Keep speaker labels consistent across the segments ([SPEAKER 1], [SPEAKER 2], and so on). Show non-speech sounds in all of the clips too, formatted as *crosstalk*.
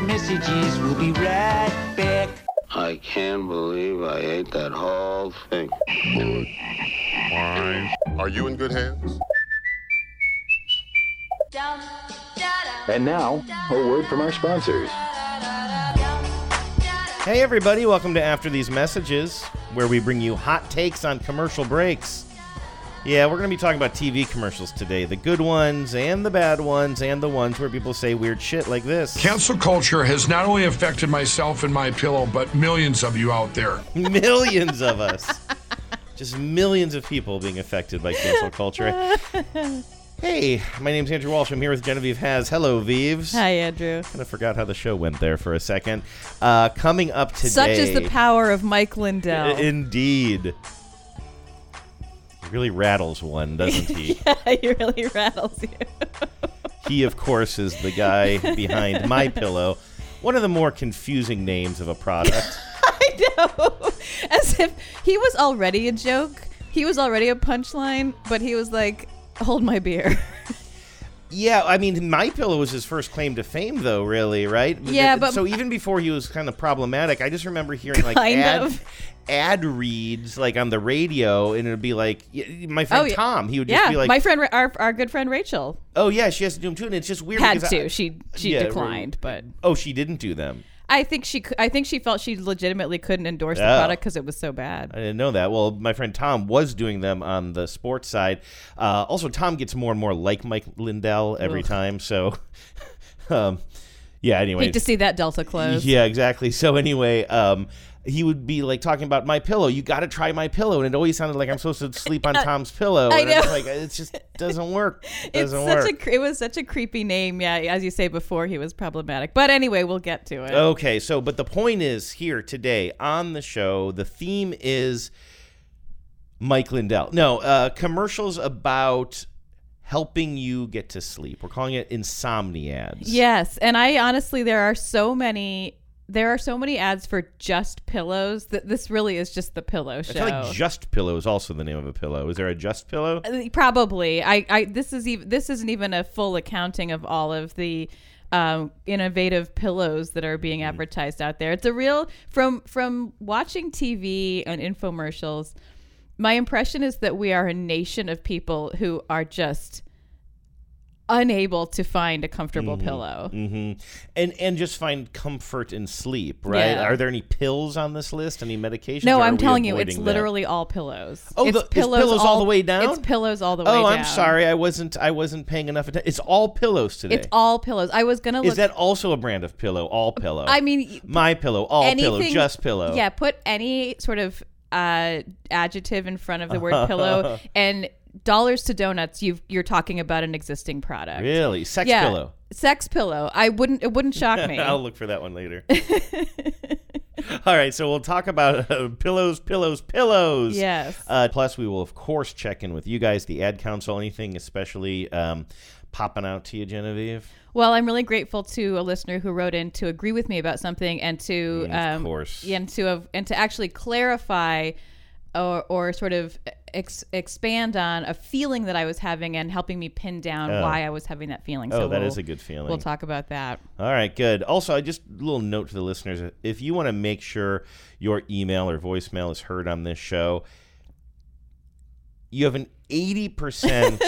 [SPEAKER 1] messages. We'll be right back.
[SPEAKER 2] I can't believe I ate that whole thing.
[SPEAKER 3] Are you in good hands?
[SPEAKER 4] And now, a word from our sponsors.
[SPEAKER 5] Hey, everybody, welcome to After These Messages, where we bring you hot takes on commercial breaks. Yeah, we're going to be talking about TV commercials today the good ones, and the bad ones, and the ones where people say weird shit like this.
[SPEAKER 6] Cancel culture has not only affected myself and my pillow, but millions of you out there.
[SPEAKER 5] *laughs* millions of us. Just millions of people being affected by
[SPEAKER 7] *laughs*
[SPEAKER 5] cancel culture. Hey, my name's Andrew Walsh. I'm here with Genevieve Has. Hello, Vives.
[SPEAKER 7] Hi, Andrew.
[SPEAKER 5] Kind of forgot how the show went there for a second. Uh, coming up today.
[SPEAKER 7] Such is the power of Mike Lindell. *laughs*
[SPEAKER 5] Indeed. Really rattles one, doesn't
[SPEAKER 7] *laughs*
[SPEAKER 5] he?
[SPEAKER 7] he really rattles you.
[SPEAKER 5] He, of course, is the guy behind My Pillow, one of the more confusing names of a product.
[SPEAKER 7] I know. As if he was already a joke. He was already a punchline, but he was like, hold my beer.
[SPEAKER 5] yeah, I mean, My Pillow was his first claim to fame, though. Really, right?
[SPEAKER 7] Yeah, but-
[SPEAKER 5] so even before he was kind of problematic, I just remember hearing like
[SPEAKER 7] Kind
[SPEAKER 5] ad,
[SPEAKER 7] of.
[SPEAKER 5] ad reads like on the radio, and it'd be like y- my friend
[SPEAKER 7] *laughs* Oh, yeah.
[SPEAKER 5] Tom. He would just
[SPEAKER 7] yeah,
[SPEAKER 5] be like,
[SPEAKER 7] my friend, Ra- our, our good friend Rachel
[SPEAKER 5] "Oh yeah, she has to do them too," and it's just weird.
[SPEAKER 7] had
[SPEAKER 5] because
[SPEAKER 7] to.
[SPEAKER 5] I-
[SPEAKER 7] she she
[SPEAKER 5] Yeah,
[SPEAKER 7] declined, but
[SPEAKER 5] oh, she didn't do them.
[SPEAKER 7] I think she cou- I think she felt she legitimately couldn't endorse the
[SPEAKER 5] Oh.
[SPEAKER 7] product because it was so bad.
[SPEAKER 5] I didn't know that. Well, my friend Tom was doing them on the sports side. Uh, also, Tom gets more and more like Mike Lindell every
[SPEAKER 7] Ugh.
[SPEAKER 5] time. So, *laughs* um, yeah. Anyway,
[SPEAKER 7] Hate to see that Delta close. *laughs*
[SPEAKER 5] yeah, exactly. So anyway, um, he would be like talking about my pillow. You got to try my pillow, and it always sounded like I'm supposed to sleep on Tom's pillow.
[SPEAKER 7] *laughs* I
[SPEAKER 5] and it's
[SPEAKER 7] know.
[SPEAKER 5] like it just doesn't work. It
[SPEAKER 7] *laughs* It's
[SPEAKER 5] doesn't
[SPEAKER 7] such
[SPEAKER 5] work.
[SPEAKER 7] a cre- it was such a creepy name, yeah. As you say before, he was problematic. But anyway, we'll get to it.
[SPEAKER 5] Okay, so but the point is here today on the show, the theme is Mike Lindell. No, uh, commercials about helping you get to sleep. We're calling it insomniads.
[SPEAKER 7] Yes, and I honestly, there are so many. There are so many ads for just pillows that this really is just the pillow
[SPEAKER 5] I
[SPEAKER 7] show.
[SPEAKER 5] feel like Just Pillow is also the name of a pillow. Is there a Just Pillow?
[SPEAKER 7] Uh, Probably, I, I this is even this isn't even a full accounting of all of the um, innovative pillows that are
[SPEAKER 5] Mm-hmm.
[SPEAKER 7] being advertised out there. It's a real from from watching TV and infomercials. My impression is that we are a nation of people who are just unable to find a comfortable pillow.
[SPEAKER 5] hmm And and just find comfort in sleep, right?
[SPEAKER 7] Yeah.
[SPEAKER 5] Are there any pills on this list? Any medications?
[SPEAKER 7] No,
[SPEAKER 5] or
[SPEAKER 7] I'm
[SPEAKER 5] are we
[SPEAKER 7] telling you,
[SPEAKER 5] avoiding
[SPEAKER 7] it's
[SPEAKER 5] that?
[SPEAKER 7] literally all pillows.
[SPEAKER 5] Oh,
[SPEAKER 7] it's
[SPEAKER 5] the- it's pillows all the way down?
[SPEAKER 7] It's pillows all the way
[SPEAKER 5] Oh,
[SPEAKER 7] down.
[SPEAKER 5] I'm sorry. I wasn't. I wasn't paying enough attention. It's all pillows today.
[SPEAKER 7] It's all pillows. I was gonna look.
[SPEAKER 5] Is that also a brand of pillow? All pillow.
[SPEAKER 7] I mean,
[SPEAKER 5] my pillow, all
[SPEAKER 7] anything?
[SPEAKER 5] pillow, just pillow.
[SPEAKER 7] Yeah, put any sort of uh, adjective in front of the
[SPEAKER 5] *laughs*
[SPEAKER 7] word pillow, and dollars to donuts. You you're talking about an existing product.
[SPEAKER 5] Really, sex
[SPEAKER 7] Yeah.
[SPEAKER 5] pillow.
[SPEAKER 7] Sex pillow. I wouldn't. It wouldn't shock
[SPEAKER 5] *laughs*
[SPEAKER 7] me.
[SPEAKER 5] I'll look for that one
[SPEAKER 7] *laughs*
[SPEAKER 5] later. all right, so we'll talk about uh, pillows, pillows, pillows.
[SPEAKER 7] Yes.
[SPEAKER 5] Uh, plus, we will of course check in with you guys, the ad council, anything especially um, popping out to you, Genevieve.
[SPEAKER 7] Well, I'm really grateful to a listener who wrote in to agree with me about something and
[SPEAKER 5] Mm,
[SPEAKER 7] to
[SPEAKER 5] of
[SPEAKER 7] um,
[SPEAKER 5] course.
[SPEAKER 7] and to have and to actually clarify or or sort of ex- expand on a feeling that I was having and helping me pin down why I was having that feeling.
[SPEAKER 5] Oh,
[SPEAKER 7] so
[SPEAKER 5] that is
[SPEAKER 7] we'll,
[SPEAKER 5] a good feeling.
[SPEAKER 7] We'll talk about that.
[SPEAKER 5] All right, good. Also, I just a little note to the listeners: if you want to make sure your email or voicemail is heard on this show, you have an eighty
[SPEAKER 7] *laughs*
[SPEAKER 5] percent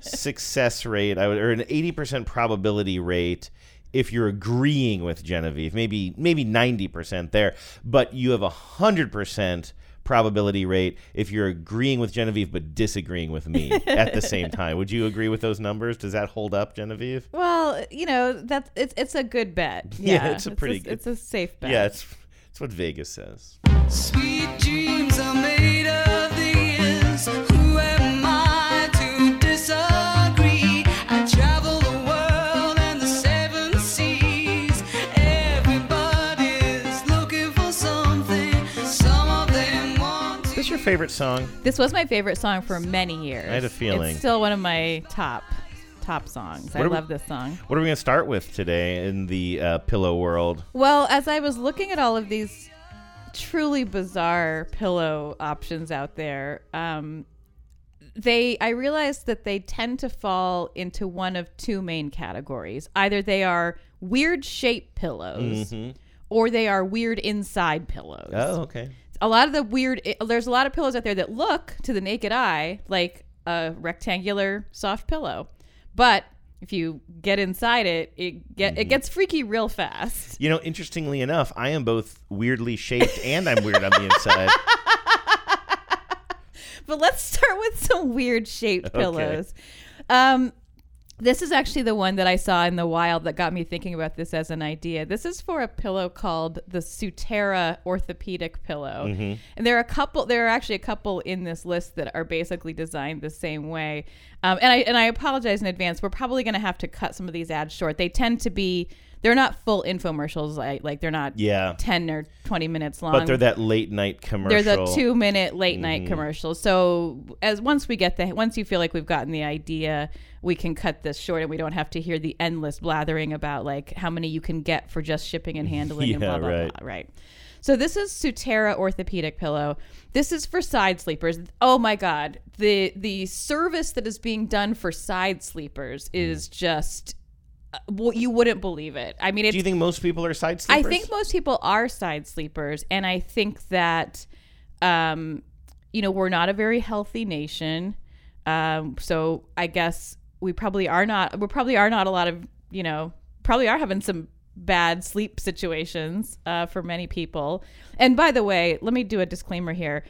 [SPEAKER 5] success rate, I would, or an eighty percent probability rate. If you're agreeing with Genevieve, maybe maybe ninety percent there, but you have a hundred percent probability rate if you're agreeing with Genevieve but disagreeing with me at the
[SPEAKER 7] *laughs*
[SPEAKER 5] same time. Would you agree with those numbers? Does that hold up, Genevieve? *laughs*
[SPEAKER 7] Well, you know that it's it's a good bet.
[SPEAKER 5] Yeah,
[SPEAKER 7] Yeah,
[SPEAKER 5] it's a pretty good-
[SPEAKER 7] It's a safe bet.
[SPEAKER 5] Yeah, it's it's what Vegas says.
[SPEAKER 1] Sweet dreams are made of these. Who am I to disagree? I travel the world and the seven seas. Everybody's looking for something. Some of them want
[SPEAKER 5] Is this your favorite song?
[SPEAKER 7] This was my favorite song for many years.
[SPEAKER 5] I had a feeling.
[SPEAKER 7] It's still one of my top top songs.
[SPEAKER 5] What
[SPEAKER 7] I
[SPEAKER 5] are we-
[SPEAKER 7] love this song.
[SPEAKER 5] What are we gonna start with today in the uh, pillow world?
[SPEAKER 7] Well, as I was looking at all of these truly bizarre pillow options out there, um, they I realized that they tend to fall into one of two main categories. Either they are weird shape pillows or they are weird inside pillows.
[SPEAKER 5] Mm-hmm. Oh, okay.
[SPEAKER 7] A lot of the weird i- there's a lot of pillows out there that look to the naked eye like a rectangular soft pillow. But if you get inside it, it get
[SPEAKER 5] Mm-hmm.
[SPEAKER 7] it gets freaky real fast.
[SPEAKER 5] You know, interestingly enough, I am both weirdly shaped and I'm weird on the
[SPEAKER 7] *laughs*
[SPEAKER 5] inside.
[SPEAKER 7] But let's start with some weird shaped pillows. Um, this is actually the one that I saw in the wild that got me thinking about this as an idea. This is for a pillow called the Sutera orthopedic pillow.
[SPEAKER 5] Mm-hmm.
[SPEAKER 7] And there are a couple there are actually a couple in this list that are basically designed the same way. Um, and I and I apologize in advance. We're probably going to have to cut some of these ads short. They tend to be they're not full infomercials like like they're not
[SPEAKER 5] Yeah.
[SPEAKER 7] 10 or 20 minutes long.
[SPEAKER 5] But they're that late night commercial. Mm-hmm.
[SPEAKER 7] There's a two minute late night commercial. So as once we get the once you feel like we've gotten the idea, we can cut this short and we don't have to hear the endless blathering about like how many you can get for just shipping and handling and
[SPEAKER 5] *laughs*
[SPEAKER 7] blah
[SPEAKER 5] Yeah,
[SPEAKER 7] blah
[SPEAKER 5] right.
[SPEAKER 7] blah. Right. So this is Sutera orthopedic pillow. This is for side sleepers. Oh my god. The the service that is being done for side sleepers
[SPEAKER 5] Mm.
[SPEAKER 7] is just uh, well, you wouldn't believe it. I mean, it's
[SPEAKER 5] Do you think most people are side sleepers?
[SPEAKER 7] I think most people are side sleepers, and I think that, um, you know, we're not a very healthy nation. Um, so I guess we probably are not. We probably are not a lot of you know. Probably are having some bad sleep situations uh, for many people. And by the way, let me do a disclaimer here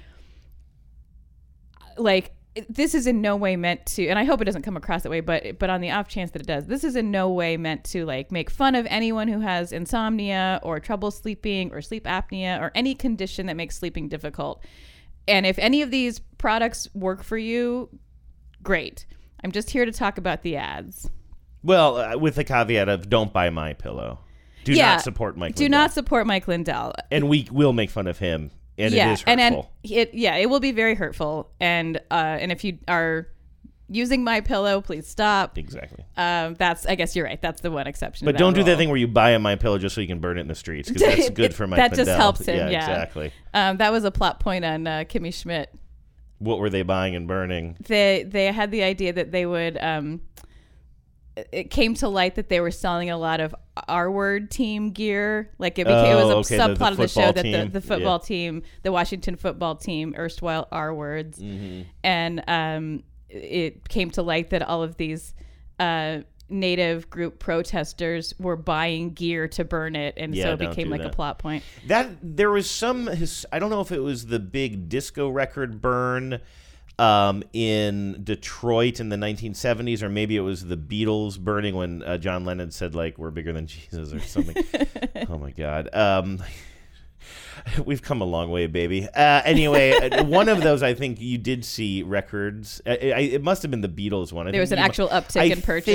[SPEAKER 7] like this is in no way meant to and i hope it doesn't come across that way but but on the off chance that it does this is in no way meant to like make fun of anyone who has insomnia or trouble sleeping or sleep apnea or any condition that makes sleeping difficult and if any of these products work for you great i'm just here to talk about the ads
[SPEAKER 5] Well, uh, with the caveat of don't buy my pillow. Do
[SPEAKER 7] Yeah.
[SPEAKER 5] not support Mike.
[SPEAKER 7] do
[SPEAKER 5] Lindell.
[SPEAKER 7] not support mike lindell
[SPEAKER 5] And we will make fun of him. And it is hurtful.
[SPEAKER 7] and then it yeah, it will be very hurtful. And uh, and if you are using my pillow, please stop.
[SPEAKER 5] exactly.
[SPEAKER 7] Um, that's I guess you're right. That's the one exception. to
[SPEAKER 5] But don't do
[SPEAKER 7] rule.
[SPEAKER 5] that thing where you buy a my pillow just so you can burn it in the streets
[SPEAKER 7] *laughs*
[SPEAKER 5] because that's good for Mike.
[SPEAKER 7] That just
[SPEAKER 5] Lindell.
[SPEAKER 7] helps him, yeah.
[SPEAKER 5] exactly.
[SPEAKER 7] Um, that was a plot point on uh, Kimmy Schmidt.
[SPEAKER 5] What were they buying and burning?
[SPEAKER 7] They they had the idea that they would. Um, it- it came to light that they were selling a lot of R word team gear. Like it became it was a
[SPEAKER 5] Oh, okay, the- the
[SPEAKER 7] subplot of the show
[SPEAKER 5] football
[SPEAKER 7] that
[SPEAKER 5] team.
[SPEAKER 7] the, the football team, the Washington football team, erstwhile R words,
[SPEAKER 5] Mm-hmm.
[SPEAKER 7] and um, it came to light that all of these. Uh, Native group protesters were buying gear to burn it, and
[SPEAKER 5] Yeah,
[SPEAKER 7] so it
[SPEAKER 5] don't
[SPEAKER 7] became
[SPEAKER 5] do
[SPEAKER 7] like a
[SPEAKER 5] that.
[SPEAKER 7] plot point.
[SPEAKER 5] That there was some. His, I don't know if it was the big disco record burn um, in Detroit in the 1970s, or maybe it was the Beatles burning when uh, John Lennon said like "We're bigger than *laughs* Jesus" or
[SPEAKER 7] *laughs*
[SPEAKER 5] something. oh my God. Um, *laughs* We've come a long way, baby. Uh, anyway, uh, one of those I think you did see records. I, I, it must have been the Beatles one. I
[SPEAKER 7] There
[SPEAKER 5] think
[SPEAKER 7] was an
[SPEAKER 5] you mu-
[SPEAKER 7] actual uptick
[SPEAKER 5] I
[SPEAKER 7] in purchasing.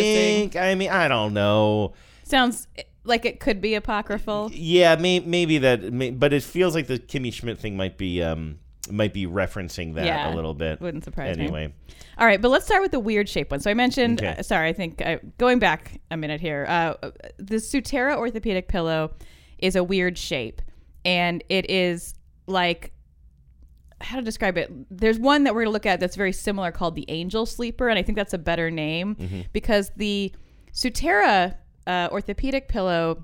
[SPEAKER 5] think- I mean, I don't know.
[SPEAKER 7] Sounds like it could be apocryphal.
[SPEAKER 5] Yeah, may, maybe that, may, but it feels like the Kimmy Schmidt thing might be um might be referencing that a
[SPEAKER 7] Yeah,
[SPEAKER 5] little bit.
[SPEAKER 7] wouldn't surprise me.
[SPEAKER 5] anyway,
[SPEAKER 7] All right, but let's start with the weird shape one. So I mentioned,
[SPEAKER 5] Okay.
[SPEAKER 7] uh, sorry, I think I, going back a minute here, uh, the Sutera orthopedic pillow is a weird shape, and it is like how to describe it. There's one that we're gonna look at that's very similar called the Angel Sleeper, and I think that's a better name because the Sutera uh, orthopedic pillow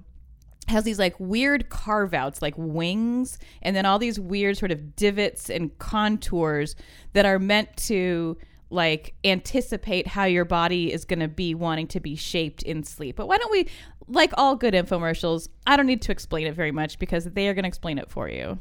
[SPEAKER 7] has these like weird carve outs, like wings, and then all these weird sort of divots and contours that are meant to like anticipate how your body is going to be wanting to be shaped in sleep. But why don't we, like all good infomercials, I don't need to explain it very much because they are going to explain it for you.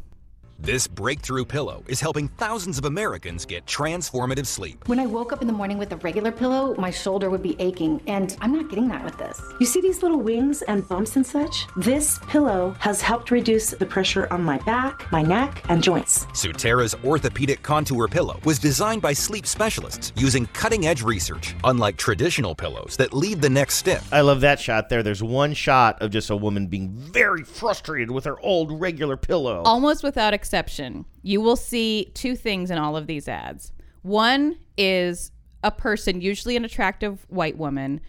[SPEAKER 3] This breakthrough pillow is helping thousands of Americans get transformative sleep.
[SPEAKER 8] When I woke up in the morning with a regular pillow, my shoulder would be aching, and I'm not getting that with this.
[SPEAKER 9] You see these little wings and bumps and such? This pillow has helped reduce the pressure on my back, my neck, and joints.
[SPEAKER 3] Sutera's orthopedic contour pillow was designed by sleep specialists using cutting edge research, unlike traditional pillows that leave the neck stiff.
[SPEAKER 5] I love that shot there. There's one shot of just a woman being very frustrated with her old regular pillow.
[SPEAKER 7] almost without exception, you will see two things in all of these ads. One is a person, usually an attractive white woman,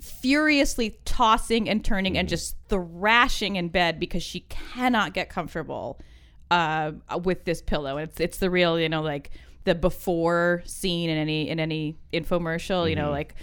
[SPEAKER 7] furiously tossing and turning and just thrashing in bed because she cannot get comfortable uh, with this pillow. It's it's the real, you know, like the before scene in any in any infomercial. You know, like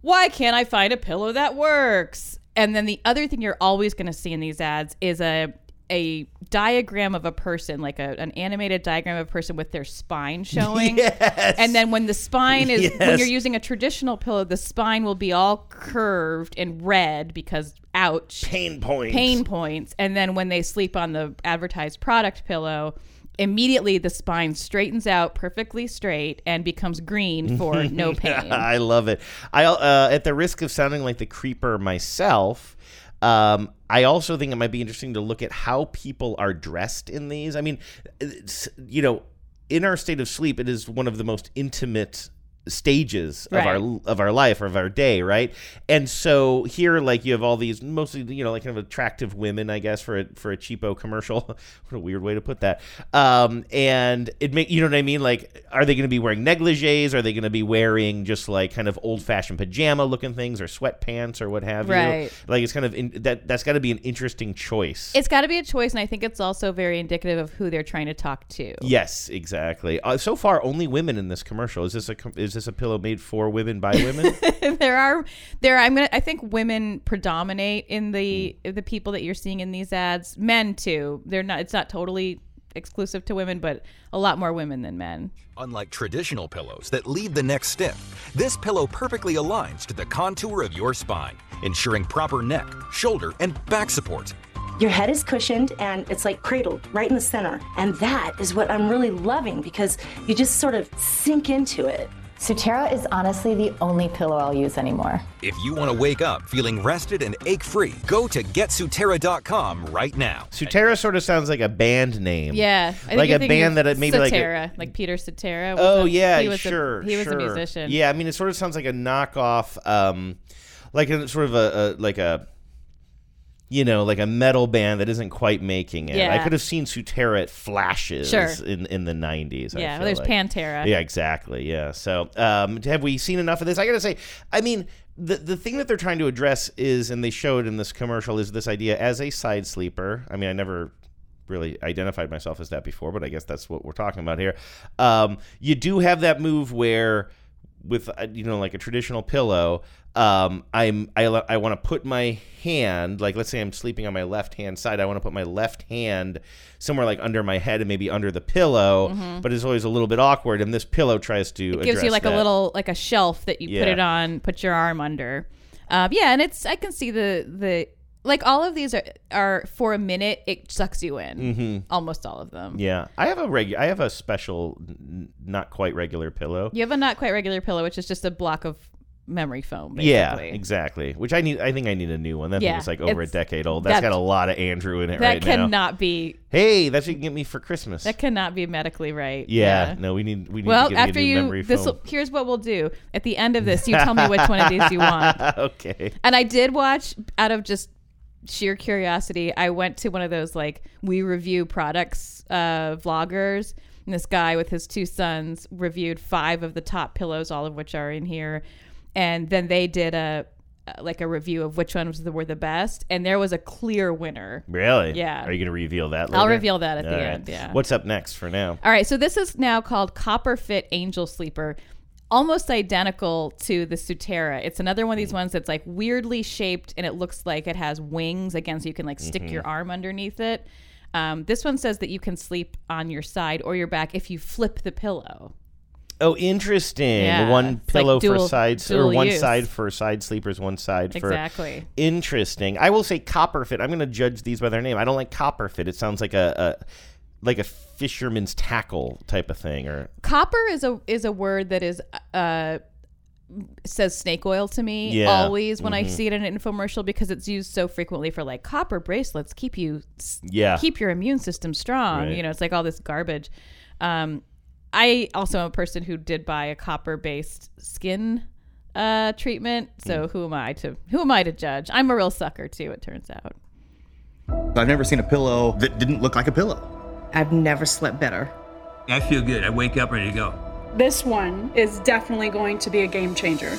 [SPEAKER 7] why can't I find a pillow that works? And then the other thing you're always going to see in these ads is a a diagram of a person, like a, an animated diagram of a person with their spine showing.
[SPEAKER 5] *laughs* Yes.
[SPEAKER 7] And then when the spine is when
[SPEAKER 5] Yes.
[SPEAKER 7] you're using a traditional pillow, the spine will be all curved and red because ouch
[SPEAKER 5] pain points.
[SPEAKER 7] pain points. And then when they sleep on the advertised product pillow, immediately the spine straightens out perfectly straight and becomes green
[SPEAKER 5] *laughs*
[SPEAKER 7] for no pain.
[SPEAKER 5] I love it. I uh, at the risk of sounding like the creeper myself. Um, I also think it might be interesting to look at how people are dressed in these. I mean, it's, you know, in our state of sleep, it is one of the most intimate stages of our
[SPEAKER 7] Right.
[SPEAKER 5] of our life of our day right and so here like you have all these mostly you know like kind of attractive women i guess for a for a cheapo commercial *laughs* what a weird way to put that um and it make you know what i mean like are they going to be wearing negligees are they going to be wearing just like kind of old fashioned pajama looking things or sweatpants or what have you
[SPEAKER 7] Right.
[SPEAKER 5] like it's kind of in, that that's got to be an interesting choice
[SPEAKER 7] It's got to be a choice, and I think it's also very indicative of who they're trying to talk to.
[SPEAKER 5] Yes, exactly. Uh, so far, only women in this commercial. Is this a com- is this a pillow made for women by women?
[SPEAKER 7] *laughs* there are there. I'm gonna. I think women predominate in the
[SPEAKER 5] Mm.
[SPEAKER 7] the people that you're seeing in these ads. Men too. They're not. It's not totally exclusive to women, but a lot more women than men.
[SPEAKER 3] Unlike traditional pillows that leave the neck stiff, this pillow perfectly aligns to the contour of your spine, ensuring proper neck, shoulder, and back support.
[SPEAKER 9] Your head is cushioned and it's like cradled right in the center. And that is what I'm really loving because you just sort of sink into it.
[SPEAKER 10] Sutera is honestly the only pillow I'll use anymore.
[SPEAKER 3] If you want to wake up feeling rested and ache free, go to getsuterra.com right now.
[SPEAKER 5] Sutera sort of sounds like a band name.
[SPEAKER 7] Yeah, I think
[SPEAKER 5] Like
[SPEAKER 7] you're
[SPEAKER 5] a
[SPEAKER 7] thinking
[SPEAKER 5] band
[SPEAKER 7] of
[SPEAKER 5] that it- maybe like a-
[SPEAKER 7] Cetera, like Peter Cetera. was
[SPEAKER 5] Oh
[SPEAKER 7] a-
[SPEAKER 5] yeah,
[SPEAKER 7] he was a-
[SPEAKER 5] sure.
[SPEAKER 7] he was
[SPEAKER 5] sure.
[SPEAKER 7] a musician.
[SPEAKER 5] Yeah, I mean, it sort of sounds like a knockoff, um, like a sort of a, a like a. You know, like a metal band that isn't quite making it. I
[SPEAKER 7] Yeah.
[SPEAKER 5] could have seen Sutera at flashes
[SPEAKER 7] Sure.
[SPEAKER 5] in, in the 90s. I
[SPEAKER 7] yeah.
[SPEAKER 5] feel
[SPEAKER 7] Well, there's
[SPEAKER 5] like.
[SPEAKER 7] Pantera.
[SPEAKER 5] Yeah, exactly. Yeah. So, um, have we seen enough of this? I gotta say, I mean, the the thing that they're trying to address is, and they showed in this commercial, is this idea as a side sleeper. I mean, I never really identified myself as that before, but I guess that's what we're talking about here. Um, you do have that move where, with uh, you know, like a traditional pillow. Um, I'm I, lo- I want to put my hand like let's say I'm sleeping on my left hand side. I want to put my left hand somewhere like under my head and maybe under the pillow, but it's always a little bit awkward. And this pillow tries to
[SPEAKER 7] It gives you
[SPEAKER 5] address
[SPEAKER 7] like
[SPEAKER 5] that.
[SPEAKER 7] a little like a shelf that you
[SPEAKER 5] Yeah.
[SPEAKER 7] put it on, put your arm under. Um, yeah, and it's I can see the the like all of these are are for a minute it sucks you in.
[SPEAKER 5] Mm-hmm.
[SPEAKER 7] Almost all of them.
[SPEAKER 5] Yeah, I have a regular. I have a special, n- not quite regular pillow.
[SPEAKER 7] You have a not quite regular pillow, which is just a block of memory foam.
[SPEAKER 5] Yeah,
[SPEAKER 7] basically.
[SPEAKER 5] exactly. Which I need. I think I need a new one. That
[SPEAKER 7] Yeah,
[SPEAKER 5] thing is like over a
[SPEAKER 7] it's-
[SPEAKER 5] decade old. That's
[SPEAKER 7] that-
[SPEAKER 5] got a lot of Andrew in it
[SPEAKER 7] That
[SPEAKER 5] right
[SPEAKER 7] cannot
[SPEAKER 5] now.
[SPEAKER 7] be
[SPEAKER 5] Hey, that's what you can get me for Christmas.
[SPEAKER 7] that cannot be medically right.
[SPEAKER 5] yeah, no, we need. We need to
[SPEAKER 7] Well,
[SPEAKER 5] get me
[SPEAKER 7] after
[SPEAKER 5] a new
[SPEAKER 7] you,
[SPEAKER 5] memory
[SPEAKER 7] this
[SPEAKER 5] foam.
[SPEAKER 7] here's what we'll do. At the end of this, *laughs* you tell me which one of
[SPEAKER 5] *laughs*
[SPEAKER 7] these you want.
[SPEAKER 5] okay.
[SPEAKER 7] And I did watch out of just sheer curiosity. I went to one of those like we review products uh, vloggers. And this guy with his two sons reviewed five of the top pillows, all of which are in here. And then they did a uh, like a review of which ones were the best. And there was a clear winner.
[SPEAKER 5] Really?
[SPEAKER 7] Yeah.
[SPEAKER 5] Are you going to reveal that? Later?
[SPEAKER 7] I'll reveal that at the
[SPEAKER 5] All right.
[SPEAKER 7] end, yeah.
[SPEAKER 5] What's up next for now?
[SPEAKER 7] All right, so this is now called Copper Fit Angel Sleeper, almost identical to the Sutera. It's another one of these ones that's like weirdly shaped and it looks like it has wings again, so you can like stick your arm underneath it. Um, this one says that you can sleep on your side or your back if you flip the pillow.
[SPEAKER 5] Oh, interesting.
[SPEAKER 7] Yeah,
[SPEAKER 5] One
[SPEAKER 7] it's like
[SPEAKER 5] pillow for
[SPEAKER 7] dual-
[SPEAKER 5] sides, or
[SPEAKER 7] dual
[SPEAKER 5] one
[SPEAKER 7] use.
[SPEAKER 5] side for side sleepers, one side for
[SPEAKER 7] Exactly.
[SPEAKER 5] Interesting. I will say Copperfit. I'm going to judge these by their name. I don't like Copperfit. It sounds like a, a like a fisherman's tackle type of thing, or
[SPEAKER 7] Copper is a is a word that is uh, says snake oil to me
[SPEAKER 5] Yeah. Mm-hmm.
[SPEAKER 7] always when I see it in an infomercial because it's used so frequently for like copper bracelets keep you s-
[SPEAKER 5] yeah,
[SPEAKER 7] keep your immune system strong.
[SPEAKER 5] Right.
[SPEAKER 7] You know, it's like all this garbage. Um, I also am a person who did buy a copper based skin uh, treatment.
[SPEAKER 5] Mm.
[SPEAKER 7] So who am I to who am I to judge? I'm a real sucker too. It turns out.
[SPEAKER 11] I've never seen a pillow that didn't look like a pillow.
[SPEAKER 12] I've never slept better.
[SPEAKER 11] I feel good. I wake up ready to go.
[SPEAKER 12] This one is definitely going to be a game changer.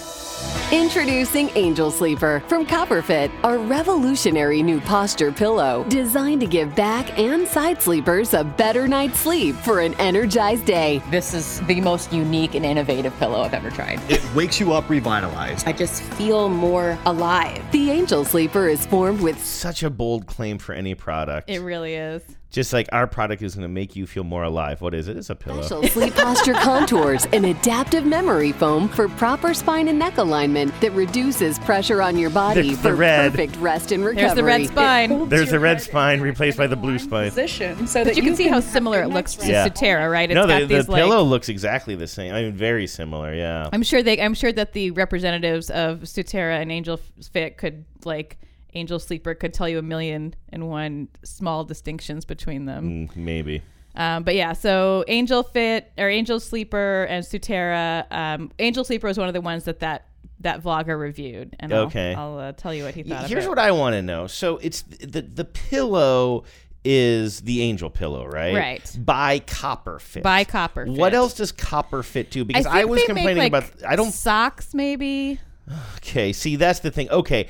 [SPEAKER 13] Introducing Angel Sleeper from Copperfit, a revolutionary new posture pillow designed to give back and side sleepers a better night's sleep for an energized day.
[SPEAKER 14] This is the most unique and innovative pillow I've ever tried.
[SPEAKER 11] It wakes you up revitalized.
[SPEAKER 14] I just feel more alive.
[SPEAKER 13] The Angel Sleeper is formed with
[SPEAKER 5] Such a bold claim for any product.
[SPEAKER 7] It really is.
[SPEAKER 5] Just like our product is going to make you feel more alive. What is it? It's a pillow.
[SPEAKER 13] special
[SPEAKER 5] *laughs*
[SPEAKER 13] sleep posture contours and adaptive memory foam for proper spine and neck alignment that reduces pressure on your body
[SPEAKER 5] There's the
[SPEAKER 13] for
[SPEAKER 5] red.
[SPEAKER 13] perfect rest and recovery.
[SPEAKER 7] There's the red spine.
[SPEAKER 5] There's the red spine replaced by the blue spine.
[SPEAKER 12] Position so
[SPEAKER 7] But
[SPEAKER 12] that
[SPEAKER 7] you can see how similar it looks to Satara, right? It's
[SPEAKER 5] no, the,
[SPEAKER 7] got these
[SPEAKER 5] the
[SPEAKER 7] like
[SPEAKER 5] pillow looks exactly the same. I mean, very similar. Yeah.
[SPEAKER 7] I'm sure they. I'm sure that the representatives of Sutera and Angel Fit could like Angel Sleeper could tell you a million and one small distinctions between them.
[SPEAKER 5] Mm, maybe.
[SPEAKER 7] Um, but yeah, so Angel Fit or Angel Sleeper and Sutera. Um, Angel Sleeper was one of the ones that that that vlogger reviewed, and I'll-
[SPEAKER 5] Okay.
[SPEAKER 7] I'll, uh, tell you what he
[SPEAKER 5] Y-
[SPEAKER 7] thought.
[SPEAKER 5] Here's
[SPEAKER 7] of it.
[SPEAKER 5] what I want to know. So it's the the pillow is the angel pillow, right?
[SPEAKER 7] Right.
[SPEAKER 5] By Copperfit.
[SPEAKER 7] By Copperfit.
[SPEAKER 5] What else does Copperfit do? Because
[SPEAKER 7] I,
[SPEAKER 5] I,
[SPEAKER 7] think
[SPEAKER 5] was
[SPEAKER 7] they
[SPEAKER 5] complaining
[SPEAKER 7] make, like,
[SPEAKER 5] about I don't
[SPEAKER 7] socks maybe.
[SPEAKER 5] Okay, see that's the thing. Okay.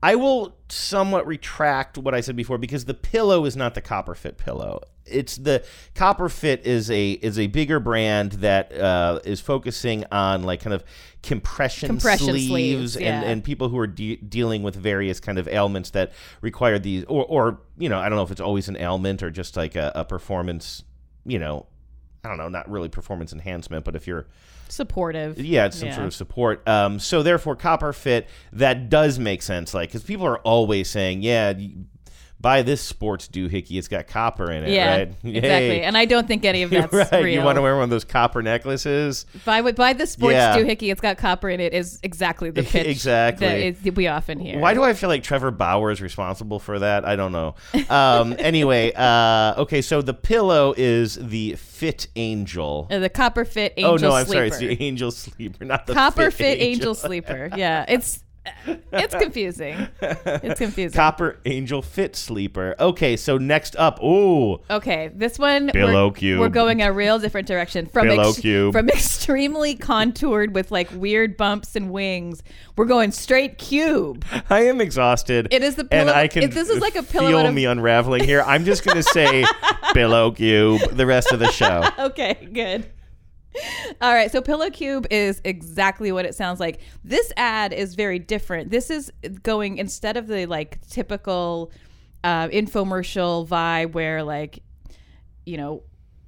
[SPEAKER 5] I will somewhat retract what I said before because the pillow is not the Copperfit pillow. It's the Copperfit is a is a bigger brand that uh, is focusing on like kind of compression,
[SPEAKER 7] Compression
[SPEAKER 5] sleeves,
[SPEAKER 7] sleeves,
[SPEAKER 5] and,
[SPEAKER 7] yeah.
[SPEAKER 5] and people who are de- dealing with various kind of ailments that require these or or you know I don't know if it's always an ailment or just like a, a performance you know I don't know not really performance enhancement but if you're
[SPEAKER 7] Supportive.
[SPEAKER 5] yeah, it's some sort of support. Um, so therefore, copper fit that does make sense. Like, because people are always saying, "Yeah, y- buy this sports doohickey. It's got copper in it."
[SPEAKER 7] yeah,
[SPEAKER 5] right? *laughs*
[SPEAKER 7] exactly.
[SPEAKER 5] Yay.
[SPEAKER 7] And I don't think any
[SPEAKER 5] *laughs*
[SPEAKER 7] of that's
[SPEAKER 5] right.
[SPEAKER 7] real.
[SPEAKER 5] You want to wear one of those copper necklaces?
[SPEAKER 7] By what by the sports
[SPEAKER 5] Yeah.
[SPEAKER 7] doohickey, it's got copper in it. Is
[SPEAKER 5] *laughs*
[SPEAKER 7] exactly *laughs* the pitch
[SPEAKER 5] Exactly.
[SPEAKER 7] that is, we often hear.
[SPEAKER 5] Why do I feel like Trevor Bauer is responsible for that? I don't know.
[SPEAKER 7] *laughs*
[SPEAKER 5] Um, anyway, uh, okay, so the pillow is the Fit Angel.
[SPEAKER 7] Uh, the copper fit angel?
[SPEAKER 5] oh no, I'm
[SPEAKER 7] sleeper.
[SPEAKER 5] sorry, it's the Angel Sleeper, not the
[SPEAKER 7] *laughs* copper
[SPEAKER 5] Fit,
[SPEAKER 7] fit angel,
[SPEAKER 5] Angel
[SPEAKER 7] sleeper. Yeah, it's
[SPEAKER 5] *laughs*
[SPEAKER 7] it's confusing. *laughs* It's confusing.
[SPEAKER 5] Copper Angel Fit Sleeper. Okay, so next up, ooh,
[SPEAKER 7] Okay, this one
[SPEAKER 5] Pillow
[SPEAKER 7] we're,
[SPEAKER 5] cube.
[SPEAKER 7] we're going a real different direction from
[SPEAKER 5] Pillow cube.
[SPEAKER 7] from extremely contoured with like weird bumps and wings. We're going straight cube.
[SPEAKER 5] I am exhausted.
[SPEAKER 7] It is the
[SPEAKER 5] and
[SPEAKER 7] pillow-
[SPEAKER 5] I can
[SPEAKER 7] if this is like a pillow
[SPEAKER 5] feel
[SPEAKER 7] out of-
[SPEAKER 5] me unraveling here. I'm just gonna
[SPEAKER 7] *laughs*
[SPEAKER 5] say Pillow Cube the rest of the show.
[SPEAKER 7] okay, good. All right, so Pillow Cube is exactly what it sounds like. This ad is very different. This is going instead of the like typical uh, infomercial vibe where like you know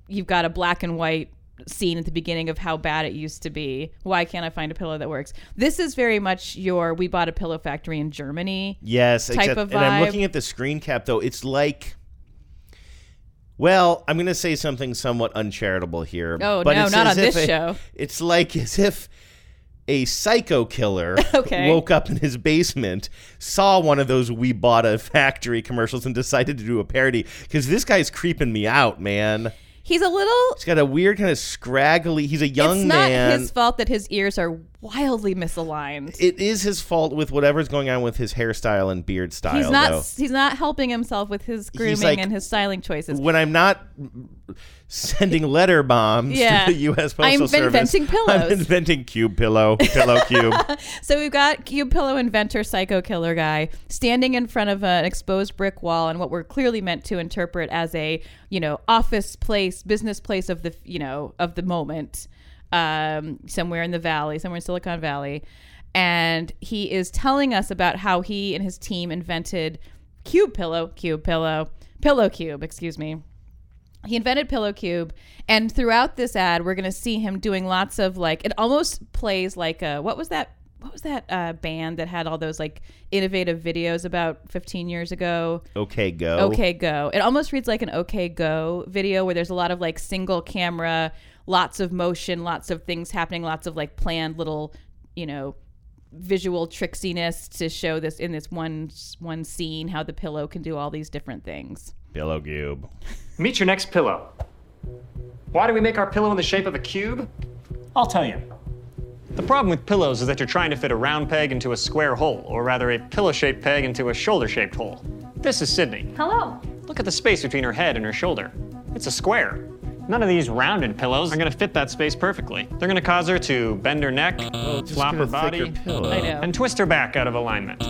[SPEAKER 7] you've got a black and white scene at the beginning of how bad it used to be. Why can't I find a pillow that works? This is very much your we bought a pillow factory in Germany.
[SPEAKER 5] Yes,
[SPEAKER 7] type
[SPEAKER 5] except,
[SPEAKER 7] of
[SPEAKER 5] and I'm
[SPEAKER 7] vibe.
[SPEAKER 5] looking at the screen cap though. It's like, well, I'm going to say something somewhat uncharitable here.
[SPEAKER 7] Oh, no,
[SPEAKER 5] it's
[SPEAKER 7] not
[SPEAKER 5] as
[SPEAKER 7] on
[SPEAKER 5] if
[SPEAKER 7] this
[SPEAKER 5] a-
[SPEAKER 7] show.
[SPEAKER 5] It's like as if a psycho killer
[SPEAKER 7] *laughs* Okay.
[SPEAKER 5] woke up in his basement, saw one of those "We Bought a Factory" commercials, and decided to do a parody. Because this guy's creeping me out, man.
[SPEAKER 7] He's a little
[SPEAKER 5] He's got a weird kind of scraggly. He's a young
[SPEAKER 7] it's not
[SPEAKER 5] man.
[SPEAKER 7] his fault that his ears are wildly misaligned.
[SPEAKER 5] it is his fault with whatever's going on with his hairstyle and beard style.
[SPEAKER 7] He's not.
[SPEAKER 5] though.
[SPEAKER 7] He's not helping himself with his grooming
[SPEAKER 5] like-
[SPEAKER 7] and his styling *laughs* choices.
[SPEAKER 5] when I'm not sending letter bombs
[SPEAKER 7] Yeah.
[SPEAKER 5] to the U.S. Postal
[SPEAKER 7] I'm
[SPEAKER 5] Service,
[SPEAKER 7] inventing
[SPEAKER 5] I'm
[SPEAKER 7] pillows.
[SPEAKER 5] inventing cube pillow, pillow cube.
[SPEAKER 7] *laughs*
[SPEAKER 5] *laughs*
[SPEAKER 7] So we've got cube pillow inventor, psycho killer guy, standing in front of an exposed brick wall, and what we're clearly meant to interpret as a you know office place, business place of the you know of the moment, um, somewhere in the valley, somewhere in Silicon Valley, and he is telling us about how he and his team invented cube pillow, cube pillow, pillow cube, excuse me. he invented pillow cube and throughout this ad we're going to see him doing lots of like it almost plays like a what was that what was that uh, band that had all those like innovative videos about 15 years ago
[SPEAKER 5] Okay, go.
[SPEAKER 7] okay go it almost reads like an okay go video where there's a lot of like single camera lots of motion lots of things happening lots of like planned little you know visual tricksiness to show this in this one one scene how the pillow can do all these different things
[SPEAKER 5] Pillow cube.
[SPEAKER 15] Meet your next pillow. Why do we make our pillow in the shape of a cube? I'll tell you. The problem with pillows is that you're trying to fit a round peg into a square hole, or rather, a pillow shaped peg into a shoulder shaped hole. This is Sydney.
[SPEAKER 16] Hello.
[SPEAKER 15] Look at the space between her head and her shoulder. It's a square. None of these rounded pillows are going to fit that space perfectly. They're going to cause her to bend her
[SPEAKER 5] Oh,
[SPEAKER 15] neck, flop her
[SPEAKER 5] get a thicker
[SPEAKER 15] body,
[SPEAKER 5] pillow. I know.
[SPEAKER 15] and twist her back out of alignment.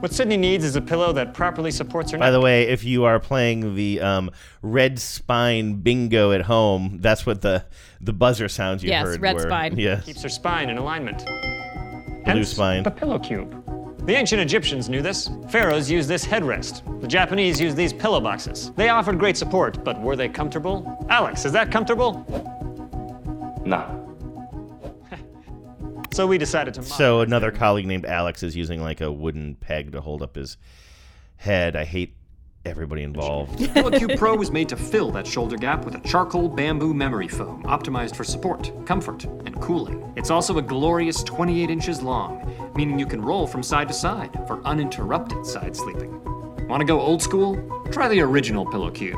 [SPEAKER 15] What Sydney needs is a pillow that properly supports her neck.
[SPEAKER 5] By the way, if you are playing the um, red spine bingo at home, that's what the the buzzer sounds you heard. were. *laughs* Yes,
[SPEAKER 15] Keeps her spine in alignment.
[SPEAKER 5] blue spine.
[SPEAKER 15] *laughs* The pillow cube. The ancient Egyptians knew this. Pharaohs used this headrest. The Japanese used these pillow boxes. They offered great support, but were they comfortable? Alex, is that comfortable?
[SPEAKER 16] No.
[SPEAKER 15] So we decided to.
[SPEAKER 5] So another colleague named Alex is using like a wooden peg to hold up his head. I hate everybody involved.
[SPEAKER 16] The Pillow Cube Pro was made to fill that shoulder gap with a charcoal bamboo memory foam optimized for support, comfort, and cooling. It's also a glorious 28 inches long, meaning you can roll from side to side for uninterrupted side sleeping. Want to go old school? Try the original Pillow Cube.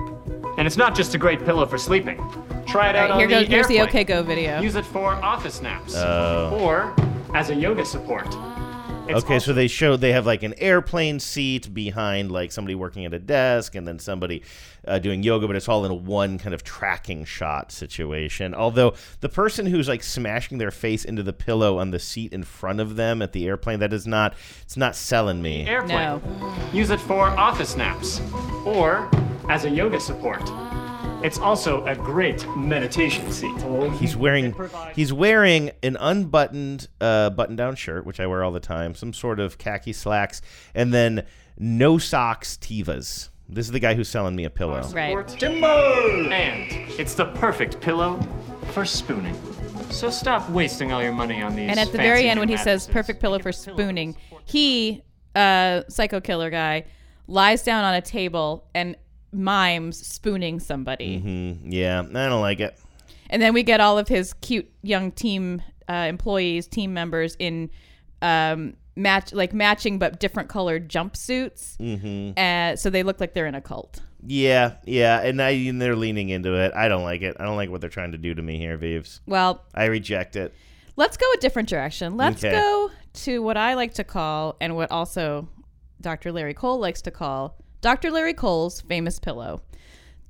[SPEAKER 16] And it's not just a great pillow for sleeping. Try it
[SPEAKER 7] All right, here goes. Here's the OK Go video.
[SPEAKER 16] Use it for office naps
[SPEAKER 5] Oh.
[SPEAKER 16] or as a yoga support.
[SPEAKER 5] okay, so they showed they have like an airplane seat behind like somebody working at a desk and then somebody uh, doing yoga, but it's all in one kind of tracking shot situation. Although the person who's like smashing their face into the pillow on the seat in front of them at the airplane, that is not it's not selling me.
[SPEAKER 16] Airplane. Use it for office naps or as a yoga support. It's also a great meditation seat.
[SPEAKER 5] He's wearing he's wearing an unbuttoned uh, button down shirt, which I wear all the time, some sort of khaki slacks, and then no socks Tivas. This is the guy who's selling me a pillow.
[SPEAKER 16] Right. Timber! And it's the perfect pillow for spooning. So stop wasting all your money on these.
[SPEAKER 7] And at the
[SPEAKER 16] fancy
[SPEAKER 7] very end,
[SPEAKER 16] new
[SPEAKER 7] when he
[SPEAKER 16] mattresses.
[SPEAKER 7] says "perfect pillow for spooning," he, uh, psycho killer guy, lies down on a table and mimes spooning somebody.
[SPEAKER 5] hmm Yeah, I don't like it.
[SPEAKER 7] And then we get all of his cute young team uh, employees, team members in um, match like matching but different colored jumpsuits,
[SPEAKER 5] hmm
[SPEAKER 7] uh, so they look like they're in a cult.
[SPEAKER 5] yeah, yeah, and, I, and they're leaning into it. I don't like it. I don't like what they're trying to do to me here, Vives.
[SPEAKER 7] Well-
[SPEAKER 5] I reject it.
[SPEAKER 7] Let's go a different direction. Let's
[SPEAKER 5] Okay.
[SPEAKER 7] go to what I like to call, and what also Dr. Larry Cole likes to call, Dr. Larry Cole's famous pillow.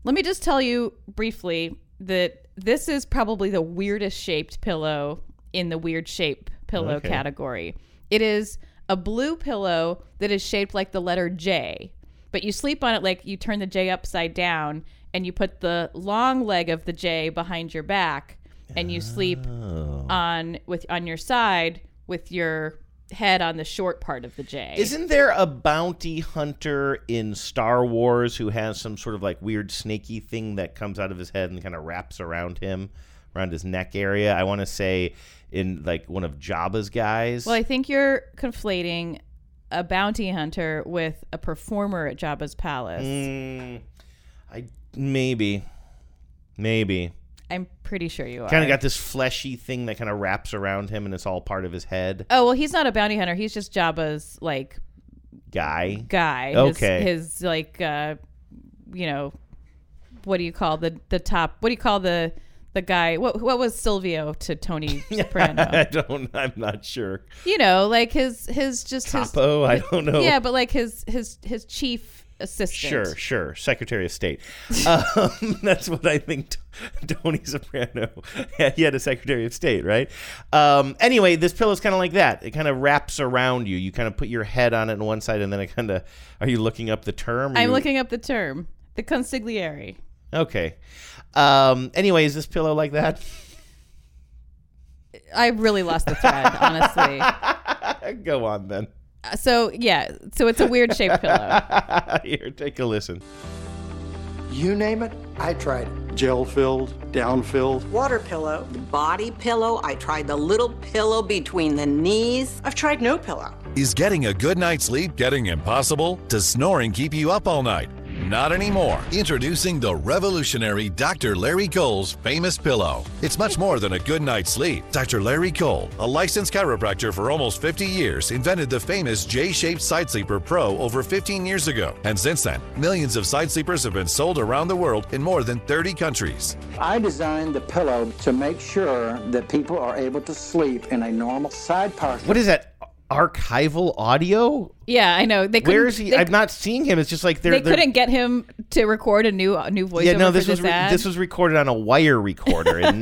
[SPEAKER 7] Let me just tell you briefly that this is probably the weirdest shaped pillow in the weird shape pillow
[SPEAKER 17] Okay.
[SPEAKER 7] category. It is a blue pillow that is shaped like the letter J, but you sleep on it like you turn the J upside down and you put the long leg of the J behind your back and you sleep
[SPEAKER 5] Oh.
[SPEAKER 7] on with on your side with your head on the short part of the J.
[SPEAKER 5] Isn't there a bounty hunter in Star Wars who has some sort of like weird snaky thing that comes out of his head and kind of wraps around him, around his neck area? I want to say in like one of Jabba's guys.
[SPEAKER 7] Well, I think you're conflating a bounty hunter with a performer at Jabba's palace.
[SPEAKER 5] Mm, I maybe, maybe.
[SPEAKER 7] I'm pretty sure you are.
[SPEAKER 5] Kind of got this fleshy thing that kind of wraps around him and it's all part of his head.
[SPEAKER 7] Oh well, he's not a bounty hunter. He's just Jabba's like
[SPEAKER 5] Guy.
[SPEAKER 7] guy. His-
[SPEAKER 5] Okay.
[SPEAKER 7] His, like, uh, you know, what do you call the the top? What do you call the the guy? What what was Silvio
[SPEAKER 5] *laughs*
[SPEAKER 7] to Tony
[SPEAKER 5] I
[SPEAKER 7] Soprano?
[SPEAKER 5] don't. I'm not sure.
[SPEAKER 7] you know, like his his just his.
[SPEAKER 5] Capo? I don't know.
[SPEAKER 7] Yeah, but like his his his chief assistant.
[SPEAKER 5] Sure, sure. Secretary of State. Um, *laughs* that's what I think T- Tony Soprano *laughs* had. He had a Secretary of State, right? Um, anyway, this pillow's kind of like that. It kind of wraps around you. You kind of put your head on it on one side, and then it kind of. Are you looking up the term? Are
[SPEAKER 7] I'm
[SPEAKER 5] you-
[SPEAKER 7] looking up the term, the consigliere.
[SPEAKER 5] Okay. Um, anyway, is this pillow like that? *laughs*
[SPEAKER 7] I really lost
[SPEAKER 5] *laughs*
[SPEAKER 7] the thread, honestly.
[SPEAKER 5] Go on then.
[SPEAKER 7] Uh, So yeah, so it's a weird shaped pillow.
[SPEAKER 5] *laughs* Here, take a listen.
[SPEAKER 18] You name it, I tried it. Gel filled, down filled.
[SPEAKER 19] Water pillow, body pillow. I tried the little pillow between the knees. I've tried no pillow.
[SPEAKER 20] Is getting a good night's sleep getting impossible? Does snoring keep you up all night? Not anymore. Introducing the revolutionary Dr. Larry Cole's famous pillow. It's much more than a good night's sleep. Dr. Larry Cole, a licensed chiropractor for almost 50 years, invented the famous J shaped side sleeper pro over 15 years ago. And since then, millions of side sleepers have been sold around the world in more than 30 countries.
[SPEAKER 21] I designed the pillow to make sure that people are able to sleep in a normal side posture.
[SPEAKER 5] What is that archival audio?
[SPEAKER 7] Yeah, I know. They couldn't,
[SPEAKER 5] Where is he?
[SPEAKER 7] They,
[SPEAKER 5] I'm not seeing him. It's just like they're,
[SPEAKER 7] they
[SPEAKER 5] they're-
[SPEAKER 7] couldn't get him to record a new a new voice.
[SPEAKER 5] yeah, no, this was
[SPEAKER 7] this
[SPEAKER 5] re-
[SPEAKER 7] ad.
[SPEAKER 5] this was recorded on a wire recorder
[SPEAKER 7] *laughs*
[SPEAKER 5] in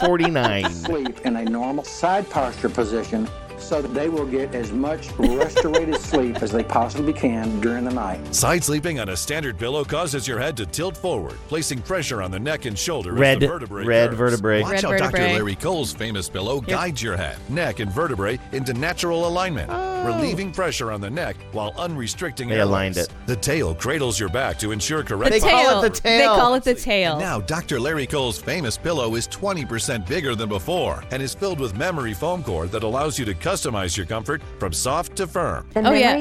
[SPEAKER 5] 1949.
[SPEAKER 17] Sleep in a normal side posture position so that they will get
[SPEAKER 5] *laughs*
[SPEAKER 17] as much restorative sleep as they possibly can during the night.
[SPEAKER 20] Side sleeping on a standard pillow causes your head to tilt forward, placing pressure on the neck and shoulder
[SPEAKER 5] Red-
[SPEAKER 20] as the vertebrae.
[SPEAKER 5] red
[SPEAKER 20] curves.
[SPEAKER 5] vertebrae.
[SPEAKER 20] Watch
[SPEAKER 5] Red
[SPEAKER 20] how
[SPEAKER 5] vertebrae.
[SPEAKER 20] Dr. Larry Cole's famous pillow guides your head, neck, and vertebrae into natural alignment,
[SPEAKER 7] Oh.
[SPEAKER 20] relieving pressure on the neck while unrestricting
[SPEAKER 5] They aligned
[SPEAKER 20] airways. The tail cradles your back to ensure correct.
[SPEAKER 7] the tail. They call it the tail.
[SPEAKER 20] And now, Dr. Larry Cole's famous pillow is 20% bigger than before and is filled with memory foam core that allows you to customize your comfort from soft to firm.
[SPEAKER 7] oh yeah.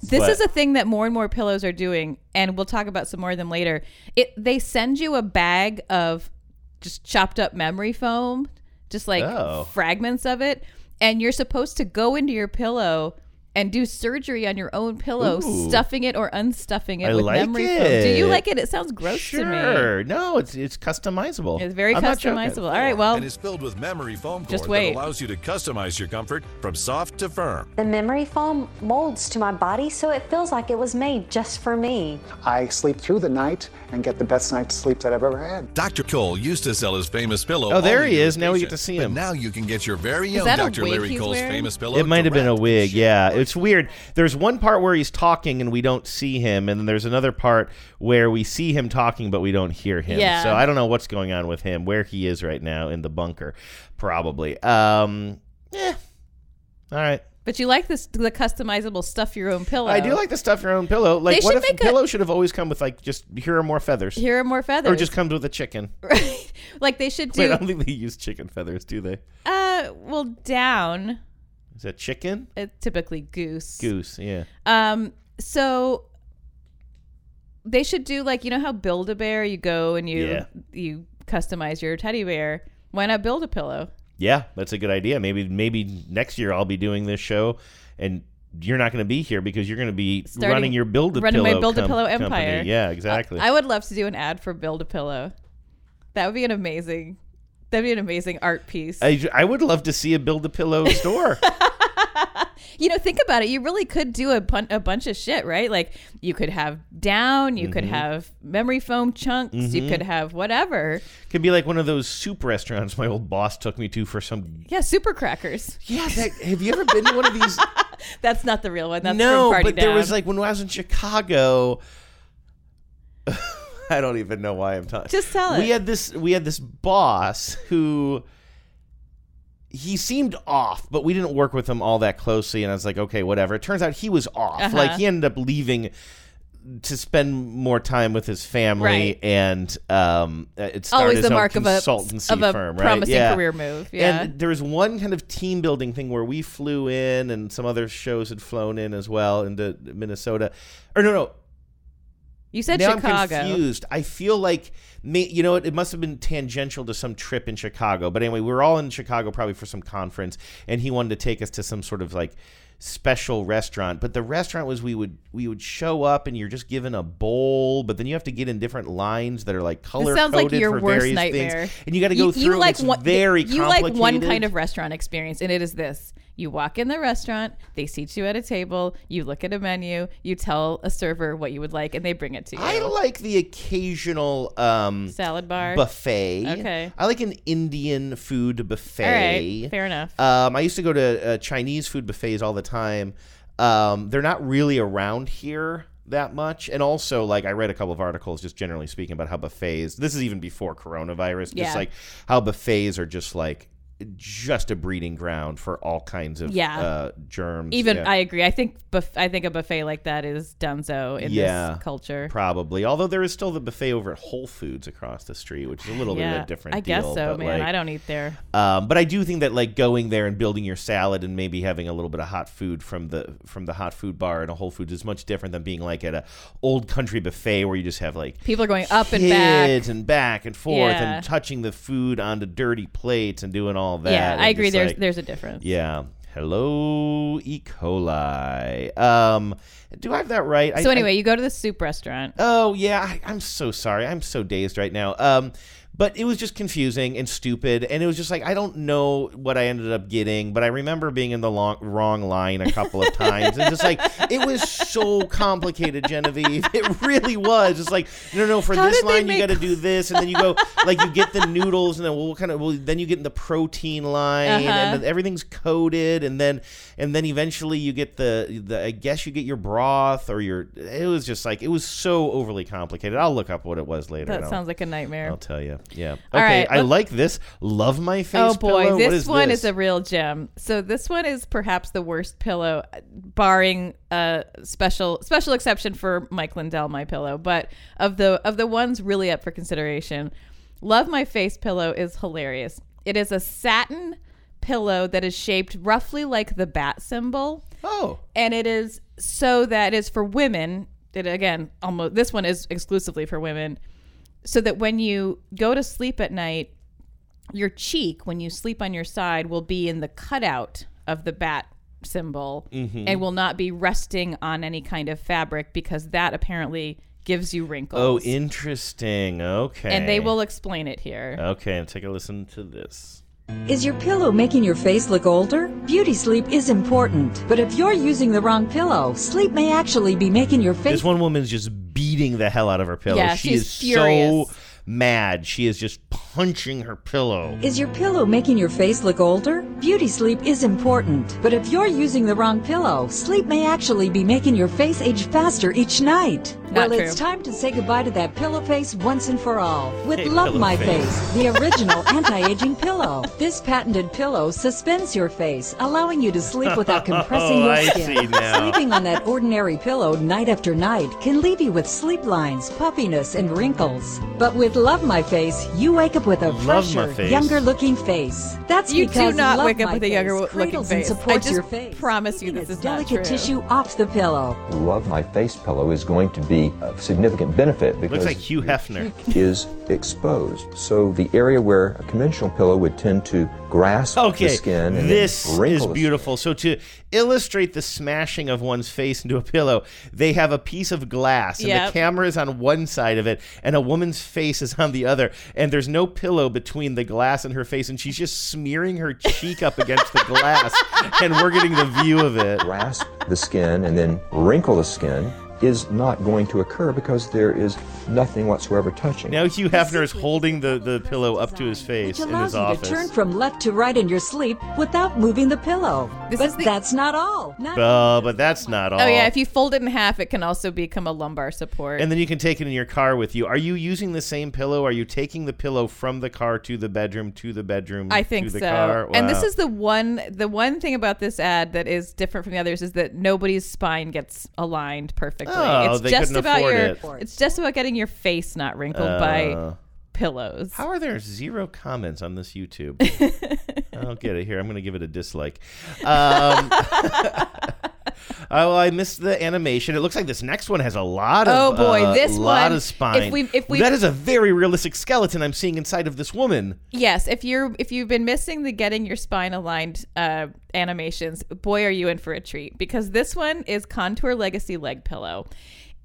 [SPEAKER 7] This
[SPEAKER 20] What?
[SPEAKER 7] is a thing that more and more pillows are doing, and we'll talk about some more of them later. It they send you a bag of just chopped up memory foam, just like
[SPEAKER 5] Oh.
[SPEAKER 7] fragments of it, and you're supposed to go into your pillow and do surgery on your own pillow,
[SPEAKER 5] Ooh.
[SPEAKER 7] stuffing it or unstuffing it
[SPEAKER 5] I
[SPEAKER 7] with
[SPEAKER 5] like
[SPEAKER 7] memory foam. Do you
[SPEAKER 5] it.
[SPEAKER 7] like it? It sounds gross to me.
[SPEAKER 5] Sure. No, it's it's customizable.
[SPEAKER 7] It's very
[SPEAKER 5] I'm not joking.
[SPEAKER 7] customizable. All right, well,
[SPEAKER 20] and is filled with memory foam core
[SPEAKER 7] Just
[SPEAKER 20] that
[SPEAKER 7] wait.
[SPEAKER 20] allows you to customize your comfort from soft to firm.
[SPEAKER 21] The memory foam molds to my body so it feels like it was made just for me.
[SPEAKER 17] I sleep through the night and get the best night's sleep that I've ever had.
[SPEAKER 20] Dr. Cole used to sell his famous pillow.
[SPEAKER 5] Oh, there he is.
[SPEAKER 20] Now we get
[SPEAKER 5] to
[SPEAKER 20] see him. But now you can get your very
[SPEAKER 5] Is
[SPEAKER 20] own
[SPEAKER 5] that a
[SPEAKER 20] Dr.
[SPEAKER 5] wig
[SPEAKER 20] Larry
[SPEAKER 5] he's
[SPEAKER 20] Cole's
[SPEAKER 5] wearing?
[SPEAKER 20] famous pillow.
[SPEAKER 5] It might have been a wig, yeah. It's weird. There's one part where he's talking and we don't see him, and then there's another part where we see him talking but we don't hear him.
[SPEAKER 22] Yeah.
[SPEAKER 5] So I don't know what's going on with him, where he is right now in the bunker, probably. Um, all right.
[SPEAKER 7] but you like this the customizable stuff your own pillow.
[SPEAKER 5] I do like the stuff your own pillow. Like,
[SPEAKER 7] They
[SPEAKER 5] what
[SPEAKER 7] should
[SPEAKER 5] if
[SPEAKER 7] make a-
[SPEAKER 5] pillow should have always come with like just here are more feathers,
[SPEAKER 7] Here are more feathers.
[SPEAKER 5] or just comes with a
[SPEAKER 7] *laughs*
[SPEAKER 5] chicken?
[SPEAKER 7] like they should
[SPEAKER 5] Wait, I
[SPEAKER 7] do.
[SPEAKER 5] don't think *laughs* they use chicken feathers, do they?
[SPEAKER 7] Uh, well, down.
[SPEAKER 5] Is that chicken?
[SPEAKER 7] uh, typically goose.
[SPEAKER 5] Goose, yeah.
[SPEAKER 7] Um, so they should do like you know how build a bear you go and you
[SPEAKER 5] Yeah.
[SPEAKER 7] you customize your teddy bear. Why not build a pillow?
[SPEAKER 5] Yeah, that's a good idea. Maybe maybe next year I'll be doing this show and you're not going to be here because you're going to be
[SPEAKER 7] Starting-
[SPEAKER 5] running your build a
[SPEAKER 7] running my
[SPEAKER 5] pillow
[SPEAKER 7] Build-A-Pillow empire.
[SPEAKER 5] Yeah, exactly.
[SPEAKER 7] I would love to do an ad for build a pillow. That would be an amazing. That'd be an amazing art piece.
[SPEAKER 5] I, I would love to see a build a pillow
[SPEAKER 7] *laughs*
[SPEAKER 5] store.
[SPEAKER 7] you know, think about it. You really could do a, bun- a bunch of shit, right? Like you could have down, you could
[SPEAKER 5] Mhm.
[SPEAKER 7] have memory foam chunks,
[SPEAKER 5] Mhm.
[SPEAKER 7] you could have whatever.
[SPEAKER 5] Could be like one of those soup restaurants my old boss took me to for some.
[SPEAKER 7] Yeah, super crackers.
[SPEAKER 5] Yeah, have you ever been to one of these?
[SPEAKER 7] *laughs* That's not the real one. That's
[SPEAKER 5] no,
[SPEAKER 7] from Party
[SPEAKER 5] but there was
[SPEAKER 7] Down.
[SPEAKER 5] like when I was in Chicago. *laughs* I don't even know why I'm talking.
[SPEAKER 7] Just tell
[SPEAKER 5] We
[SPEAKER 7] it.
[SPEAKER 5] had this. We had this boss who he seemed off, but we didn't work with him all that closely. And I was like, okay, whatever. It turns out he was off.
[SPEAKER 22] Uh-huh.
[SPEAKER 5] Like he ended up leaving to spend more time with his family,
[SPEAKER 22] Right.
[SPEAKER 5] and um, it started
[SPEAKER 7] Always
[SPEAKER 5] his
[SPEAKER 7] the
[SPEAKER 5] own
[SPEAKER 7] mark of a-
[SPEAKER 5] consultancy
[SPEAKER 7] of a
[SPEAKER 5] firm, right?
[SPEAKER 7] promising
[SPEAKER 5] Yeah.
[SPEAKER 7] career move, yeah.
[SPEAKER 5] And there was one kind of team building thing where we flew in, and some other shows had flown in as well into Minnesota, or no, no,
[SPEAKER 7] you said
[SPEAKER 5] now
[SPEAKER 7] Chicago.
[SPEAKER 5] I'm confused. I feel like may, you know it, it must have been tangential to some trip in Chicago. But anyway, we were all in Chicago probably for some conference, and he wanted to take us to some sort of like special restaurant. But the restaurant was we would we would show up, and you're just given a bowl, but then you have to get in different lines that are like color
[SPEAKER 7] sounds like
[SPEAKER 5] coded
[SPEAKER 7] your
[SPEAKER 5] for
[SPEAKER 7] worst
[SPEAKER 5] various
[SPEAKER 7] nightmare.
[SPEAKER 5] things, and you got to go through. and it's very
[SPEAKER 7] you like one
[SPEAKER 5] complicated.
[SPEAKER 7] kind of restaurant experience, and it is this: you walk in the restaurant, they seat you at a table, you look at a menu, you tell a server what you would like, and they bring it to you.
[SPEAKER 5] I like the occasional um,
[SPEAKER 7] Salad bar?
[SPEAKER 5] buffet.
[SPEAKER 7] Okay.
[SPEAKER 5] I like an Indian food buffet.
[SPEAKER 7] All right, fair enough.
[SPEAKER 5] Um, I used to go to uh, Chinese food buffets all the time. Um, they're not really around here that much, and also like I read a couple of articles just generally speaking about how buffets. This is even before coronavirus.
[SPEAKER 7] Yeah.
[SPEAKER 5] Just like how buffets are just like just a breeding ground for all kinds of
[SPEAKER 7] Yeah.
[SPEAKER 5] uh, germs.
[SPEAKER 7] Even
[SPEAKER 5] Yeah.
[SPEAKER 7] I agree. I think buff- I think a buffet like that is dunzo in this culture.
[SPEAKER 5] Probably. Although there is still the buffet over at Whole Foods across the street, which is a little bit of a different
[SPEAKER 7] I guess
[SPEAKER 5] deal,
[SPEAKER 7] so,
[SPEAKER 5] but,
[SPEAKER 7] man.
[SPEAKER 5] like,
[SPEAKER 7] I don't eat there.
[SPEAKER 5] Um, but I do think that like going there and building your salad and maybe having a little bit of hot food from the from the hot food bar and a Whole Foods is much different than being like at a old country buffet where you just have like
[SPEAKER 7] People are going up and back.
[SPEAKER 5] kids and back and forth
[SPEAKER 7] Yeah.
[SPEAKER 5] and touching the food onto dirty plates and doing all that.
[SPEAKER 7] Yeah,
[SPEAKER 5] and
[SPEAKER 7] I agree.
[SPEAKER 5] just,
[SPEAKER 7] There's
[SPEAKER 5] like-
[SPEAKER 7] there's a difference.
[SPEAKER 5] Yeah. Hello, E. coli. Um, do I have that right? I-
[SPEAKER 7] so
[SPEAKER 5] I-
[SPEAKER 7] anyway, you go to the soup restaurant.
[SPEAKER 5] Oh yeah, I, I'm so sorry. I'm so dazed right now. Um, But it was just confusing and stupid, and it was just like I don't know what I ended up getting, but I remember being in the long, wrong line a couple
[SPEAKER 2] *laughs*
[SPEAKER 5] of times, and just like it was so complicated, Genevieve. It really was. It's like no, no, for
[SPEAKER 2] How
[SPEAKER 5] this
[SPEAKER 2] did they
[SPEAKER 5] line
[SPEAKER 2] make-
[SPEAKER 5] you got to
[SPEAKER 2] *laughs*
[SPEAKER 5] do this, and then you go like you get the noodles, and then well, what kind of well, then you get in the protein line,
[SPEAKER 2] Uh-huh.
[SPEAKER 5] and then everything's coated, and then and then eventually you get the the I guess you get your broth or your. It was just like it was so overly complicated. I'll look up what it was later.
[SPEAKER 7] That
[SPEAKER 5] and I'll-
[SPEAKER 7] sounds like a nightmare.
[SPEAKER 5] I'll tell you. Yeah. Okay.
[SPEAKER 7] All right,
[SPEAKER 5] I
[SPEAKER 7] let's-
[SPEAKER 5] like this. Love my face.
[SPEAKER 7] Oh boy,
[SPEAKER 5] pillow.
[SPEAKER 7] this
[SPEAKER 5] what is
[SPEAKER 7] one
[SPEAKER 5] this?
[SPEAKER 7] is a real gem. So this one is perhaps the worst pillow, barring a special special exception for Mike Lindell, my pillow. But of the of the ones really up for consideration, Love My Face pillow is hilarious. It is a satin pillow that is shaped roughly like the bat symbol.
[SPEAKER 5] Oh.
[SPEAKER 7] And it is so that it is for women. It again, almost this one is exclusively for women. So that when you go to sleep at night, your cheek when you sleep on your side will be in the cutout of the bat symbol
[SPEAKER 5] Mm-hmm.
[SPEAKER 2] Mhm.
[SPEAKER 7] and will not be resting on any kind of fabric because that apparently gives you wrinkles.
[SPEAKER 5] Oh, interesting. Okay. Uh,
[SPEAKER 7] And they will explain it here.
[SPEAKER 5] Okay, and take a listen to this.
[SPEAKER 22] Is your pillow making your face look older? Beauty sleep is important, but if you're using the wrong pillow, sleep may actually be making your face.
[SPEAKER 5] This one woman's just beating the hell out of her pillow.
[SPEAKER 22] Yeah,
[SPEAKER 5] she
[SPEAKER 22] she's
[SPEAKER 5] is
[SPEAKER 22] furious.
[SPEAKER 5] so mad. She is just punching her pillow.
[SPEAKER 22] Is your pillow making your face look older? Beauty sleep is important, but if you're using the wrong pillow, sleep may actually be making your face age faster each night. well,
[SPEAKER 23] true.
[SPEAKER 22] it's time to say goodbye to that pillow face once and for all with
[SPEAKER 23] Hey,
[SPEAKER 22] Love
[SPEAKER 23] pillow
[SPEAKER 22] My
[SPEAKER 23] face.
[SPEAKER 22] Face, the original *laughs* anti-aging pillow. This patented pillow suspends your face, allowing you to sleep without compressing
[SPEAKER 2] *laughs* Oh,
[SPEAKER 22] your
[SPEAKER 2] I
[SPEAKER 22] skin.
[SPEAKER 2] see now.
[SPEAKER 22] Sleeping on that ordinary pillow night after night can leave you with sleep lines, puffiness, and wrinkles. But with Love My Face, you wake up with a
[SPEAKER 2] Love My
[SPEAKER 22] fresher,
[SPEAKER 2] Face.
[SPEAKER 22] younger looking face. That's
[SPEAKER 7] you do
[SPEAKER 22] because
[SPEAKER 7] not
[SPEAKER 22] Love
[SPEAKER 7] wake up
[SPEAKER 22] My
[SPEAKER 7] with a younger
[SPEAKER 22] face
[SPEAKER 7] looking
[SPEAKER 22] cradles
[SPEAKER 7] face.
[SPEAKER 22] and supports
[SPEAKER 7] I just
[SPEAKER 22] your face.
[SPEAKER 7] promise you this is not true.
[SPEAKER 22] Delicate tissue off the pillow.
[SPEAKER 24] Love My Face pillow is going to be of significant benefit
[SPEAKER 7] Mm.
[SPEAKER 24] because
[SPEAKER 5] Looks like Hugh Hefner.
[SPEAKER 24] is exposed. So the area where a conventional pillow would tend to grasp
[SPEAKER 5] Okay,
[SPEAKER 24] the skin and
[SPEAKER 5] this is
[SPEAKER 24] wrinkle the
[SPEAKER 5] beautiful. So to illustrate the smashing of one's face into a pillow, they have a piece of glass, and the
[SPEAKER 2] Yep.
[SPEAKER 5] camera is on one side of it, and a woman's face is on the other, and there's no pillow between the glass and her face, and she's just smearing her cheek up against the glass, and we're getting the view of it.
[SPEAKER 24] grasp the skin and then wrinkle the skin is not going to occur because there is nothing whatsoever touching.
[SPEAKER 5] Now Hugh Hefner is holding the, the pillow up to his face
[SPEAKER 22] Which
[SPEAKER 5] in
[SPEAKER 22] allows
[SPEAKER 5] his
[SPEAKER 22] you to turn
[SPEAKER 5] office.
[SPEAKER 22] from left to right in your sleep without moving the pillow. but that's not all. Not
[SPEAKER 5] Oh, but that's not all.
[SPEAKER 7] Oh yeah, if you fold it in half, it can also become a lumbar support.
[SPEAKER 5] And then you can take it in your car with you. Are you using the same pillow? Are you taking the pillow from the car to the bedroom to the bedroom?
[SPEAKER 7] I think
[SPEAKER 5] to the
[SPEAKER 7] so.
[SPEAKER 5] Car?
[SPEAKER 7] And this
[SPEAKER 5] Wow.
[SPEAKER 7] is the one the one thing about this ad that is different from the others is that nobody's spine gets aligned perfectly.
[SPEAKER 5] Oh,
[SPEAKER 7] it's
[SPEAKER 5] they
[SPEAKER 7] just
[SPEAKER 5] couldn't
[SPEAKER 7] about
[SPEAKER 5] afford
[SPEAKER 7] your
[SPEAKER 5] it.
[SPEAKER 7] it's just about getting your face not wrinkled
[SPEAKER 5] Uh.
[SPEAKER 7] by pillows.
[SPEAKER 5] How are there zero comments on this
[SPEAKER 7] *laughs*
[SPEAKER 5] YouTube? I'll get it here. I'm going to give it a dislike. Um, *laughs* oh, I missed the animation. It looks like this next one has a lot of
[SPEAKER 7] Oh, boy,
[SPEAKER 5] uh,
[SPEAKER 7] this
[SPEAKER 5] lot
[SPEAKER 7] one,
[SPEAKER 5] of
[SPEAKER 7] if
[SPEAKER 5] spine.
[SPEAKER 7] we've- if we've-
[SPEAKER 5] that is a very realistic skeleton I'm seeing inside of this woman.
[SPEAKER 7] Yes, if you're if you've been missing the getting your spine aligned uh, animations, boy are you in for a treat because this one is Contour Legacy Leg Pillow.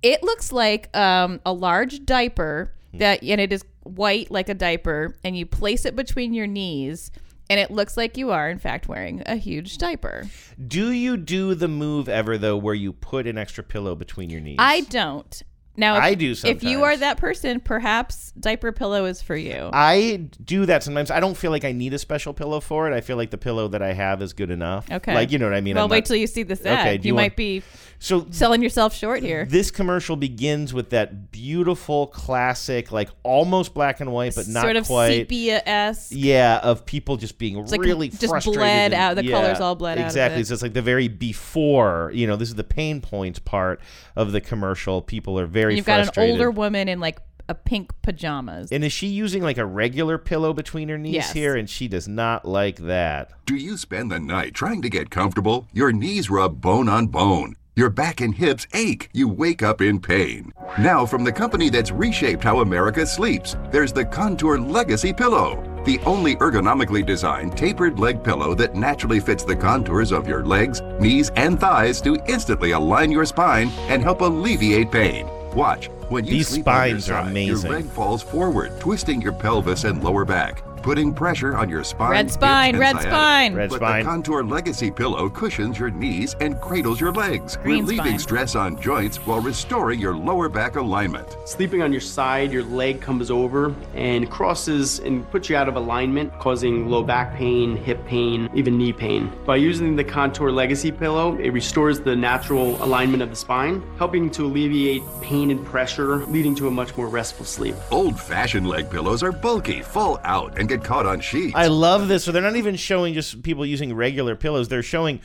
[SPEAKER 7] It looks like um, a large diaper
[SPEAKER 5] Hmm.
[SPEAKER 7] that and it is white like a diaper and you place it between your knees and it looks like you are in fact wearing a huge diaper.
[SPEAKER 5] Do you do the move ever though, where you put an extra pillow between your knees?
[SPEAKER 7] I don't. Now if,
[SPEAKER 5] I do
[SPEAKER 7] If you are that person, perhaps diaper pillow is for you.
[SPEAKER 5] I do that sometimes. I don't feel like I need a special pillow for it. I feel like the pillow that I have is good enough.
[SPEAKER 7] Okay.
[SPEAKER 5] Like you know what I mean.
[SPEAKER 7] Well,
[SPEAKER 5] I'm
[SPEAKER 7] wait
[SPEAKER 5] not-
[SPEAKER 7] till you see this ad.
[SPEAKER 5] do
[SPEAKER 7] you might
[SPEAKER 5] want-
[SPEAKER 7] be
[SPEAKER 5] so
[SPEAKER 7] selling yourself short here.
[SPEAKER 5] This commercial begins with that beautiful classic, like almost black and white, but not
[SPEAKER 7] sort of
[SPEAKER 5] quite.
[SPEAKER 7] sepia esque.
[SPEAKER 5] Yeah, of people just being
[SPEAKER 7] like
[SPEAKER 5] really
[SPEAKER 7] just
[SPEAKER 5] frustrated and-
[SPEAKER 7] bled out- the
[SPEAKER 5] yeah,
[SPEAKER 7] colors all bled out of
[SPEAKER 5] Exactly,
[SPEAKER 7] it.
[SPEAKER 5] so it's like the very before. You know, this is the pain points part of the commercial. People are very.
[SPEAKER 7] You've got an
[SPEAKER 5] frustrated.
[SPEAKER 7] older woman in like a pink pajamas.
[SPEAKER 5] And is she using like a regular pillow between her knees
[SPEAKER 7] Yes.
[SPEAKER 5] here? And she does not like that.
[SPEAKER 25] Do you spend the night trying to get comfortable? Your knees rub bone on bone. Your back and hips ache. You wake up in pain. Now, from the company that's reshaped how America sleeps, there's the Contour Legacy Pillow. The only ergonomically designed tapered leg pillow that naturally fits the contours of your legs, knees, and thighs to instantly align your spine and help alleviate pain. Watch. When you
[SPEAKER 5] These
[SPEAKER 25] sleep on your
[SPEAKER 5] spines are
[SPEAKER 25] side,
[SPEAKER 5] amazing.
[SPEAKER 25] Your leg falls forward, twisting your pelvis and lower back, putting pressure on your spine.
[SPEAKER 7] Red spine,
[SPEAKER 25] hips,
[SPEAKER 7] red
[SPEAKER 25] and sciatic.
[SPEAKER 7] spine. Red
[SPEAKER 25] but
[SPEAKER 7] spine.
[SPEAKER 25] the Contour Legacy pillow cushions your knees and cradles your legs,
[SPEAKER 7] Green
[SPEAKER 25] relieving
[SPEAKER 7] spine.
[SPEAKER 25] stress on joints while restoring your lower back alignment.
[SPEAKER 1] Sleeping on your side, your leg comes over and crosses and puts you out of alignment, causing low back pain, hip pain, even knee pain. By using the Contour Legacy pillow, it restores the natural alignment of the spine, helping to alleviate pain and pressure, leading to a much more restful sleep.
[SPEAKER 25] Old-fashioned leg pillows are bulky, fall out, and get caught on sheets.
[SPEAKER 5] I love this. So they're not even showing just people using regular pillows. They're showing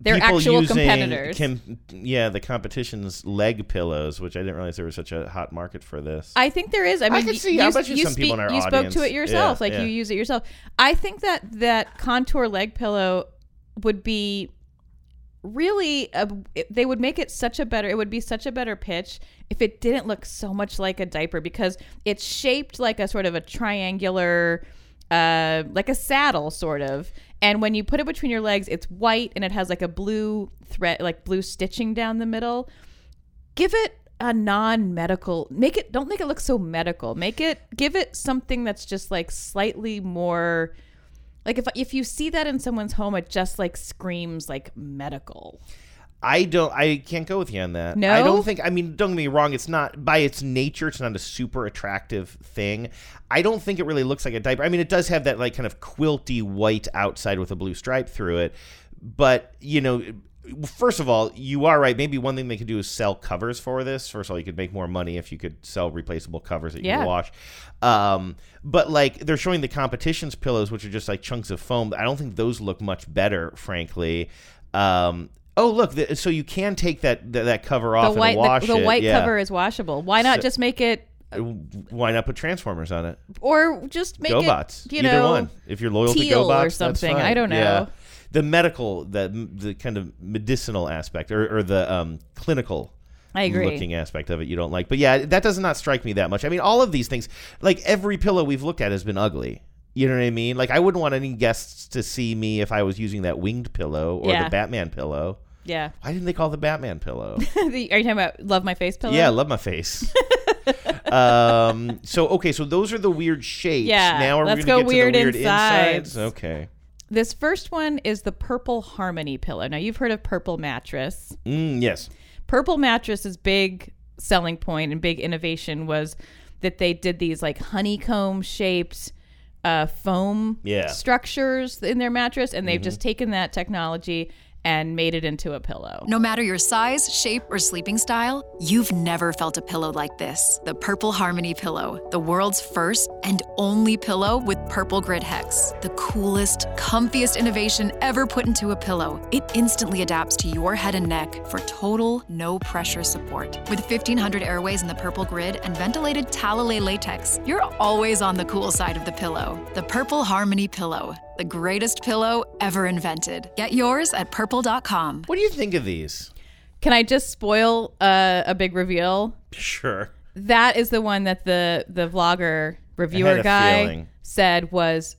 [SPEAKER 7] They're
[SPEAKER 5] people
[SPEAKER 7] actual
[SPEAKER 5] using
[SPEAKER 7] competitors.
[SPEAKER 5] com- yeah, the competition's leg pillows, which I didn't realize there was such a hot market for this.
[SPEAKER 7] I think there is. I
[SPEAKER 5] I
[SPEAKER 7] mean,
[SPEAKER 5] can
[SPEAKER 7] you-
[SPEAKER 5] see
[SPEAKER 7] you,
[SPEAKER 5] how
[SPEAKER 7] s-
[SPEAKER 5] much
[SPEAKER 7] you
[SPEAKER 5] some people in our
[SPEAKER 7] you spoke to
[SPEAKER 5] audience-
[SPEAKER 7] it yourself.
[SPEAKER 5] yeah,
[SPEAKER 7] like
[SPEAKER 5] yeah.
[SPEAKER 7] you use it yourself. I think that that contour leg pillow would be really a, it- they would make it such a better it would be such a better pitch if it didn't look so much like a diaper because it's shaped like a sort of a triangular uh like a saddle sort of and when you put it between your legs it's white and it has like a blue thread like blue stitching down the middle give it a non-medical make it don't make it look so medical make it give it something that's just like slightly more like if if you see that in someone's home it just like screams like medical
[SPEAKER 5] I don't. I can't go with you on that.
[SPEAKER 7] No?
[SPEAKER 5] I don't think. I mean, don't get me wrong. It's not by its nature. It's not a super attractive thing. I don't think it really looks like a diaper. I mean, it does have that like kind of quilty white outside with a blue stripe through it. But you know, first of all, you are right. Maybe one thing they could do is sell covers for this. First of all, you could make more money if you could sell replaceable covers that you
[SPEAKER 2] Yeah.
[SPEAKER 5] can wash. Um, but like they're showing the competitions pillows, which are just like chunks of foam. I don't think those look much better, frankly. Um, oh look, the, so you can take that that, that cover off
[SPEAKER 7] the white
[SPEAKER 5] and wash
[SPEAKER 7] the, the
[SPEAKER 5] it,
[SPEAKER 7] white
[SPEAKER 5] yeah. Uh,
[SPEAKER 7] cover is washable why not
[SPEAKER 5] So-
[SPEAKER 7] just make it
[SPEAKER 5] Why not put transformers on it?
[SPEAKER 7] or just make
[SPEAKER 5] GoBots,
[SPEAKER 7] it you
[SPEAKER 5] either
[SPEAKER 7] know
[SPEAKER 5] one. If you're loyal to GoBots
[SPEAKER 7] teal or
[SPEAKER 5] that's
[SPEAKER 7] something
[SPEAKER 5] fine.
[SPEAKER 7] i don't know
[SPEAKER 5] Yeah. The medical, the the kind of medicinal aspect, or, or the um, clinical.
[SPEAKER 7] I agree.
[SPEAKER 5] Looking aspect of it you don't like, but yeah, that does not strike me that much. I mean, all of these things, like every pillow we've looked at, has been ugly. You know what I mean? Like I wouldn't want any guests to see me if I was using that winged pillow or
[SPEAKER 7] Yeah.
[SPEAKER 5] the Batman pillow.
[SPEAKER 7] yeah *laughs*
[SPEAKER 5] Why didn't they call the Batman pillow?
[SPEAKER 7] The- are you talking about love my face pillow
[SPEAKER 5] Yeah, I love my face. *laughs* um, so okay, so those are the weird shapes.
[SPEAKER 7] Yeah,
[SPEAKER 5] Now are
[SPEAKER 7] let's
[SPEAKER 5] we
[SPEAKER 7] go
[SPEAKER 5] gonna get
[SPEAKER 7] weird
[SPEAKER 5] to the weird
[SPEAKER 7] insides.
[SPEAKER 5] insides? Okay.
[SPEAKER 7] this first one is the purple harmony pillow now you've heard of purple mattress
[SPEAKER 5] Mm, yes.
[SPEAKER 7] Purple Mattress's big selling point and big innovation was that they did these like honeycomb shaped uh, foam
[SPEAKER 4] Yeah.
[SPEAKER 7] structures in their mattress, and they've
[SPEAKER 5] Mm-hmm.
[SPEAKER 4] Mhm.
[SPEAKER 7] just taken that technology and made it into a pillow.
[SPEAKER 4] No matter your size, shape, or sleeping style, you've never felt a pillow like this. The Purple Harmony Pillow, the world's first and only pillow with purple grid hex. The coolest, comfiest innovation ever put into a pillow. It instantly adapts to your head and neck for total, no pressure support. With 1500 airways in the purple grid and ventilated Talalay latex, you're always on the cool side of the pillow. The Purple Harmony Pillow, the greatest pillow ever invented. Get yours at purple.com.
[SPEAKER 5] What do you think of these?
[SPEAKER 7] Can I just spoil uh, a big reveal?
[SPEAKER 5] Sure.
[SPEAKER 7] That is the one that the the vlogger reviewer
[SPEAKER 5] a
[SPEAKER 7] guy
[SPEAKER 5] feeling.
[SPEAKER 7] said was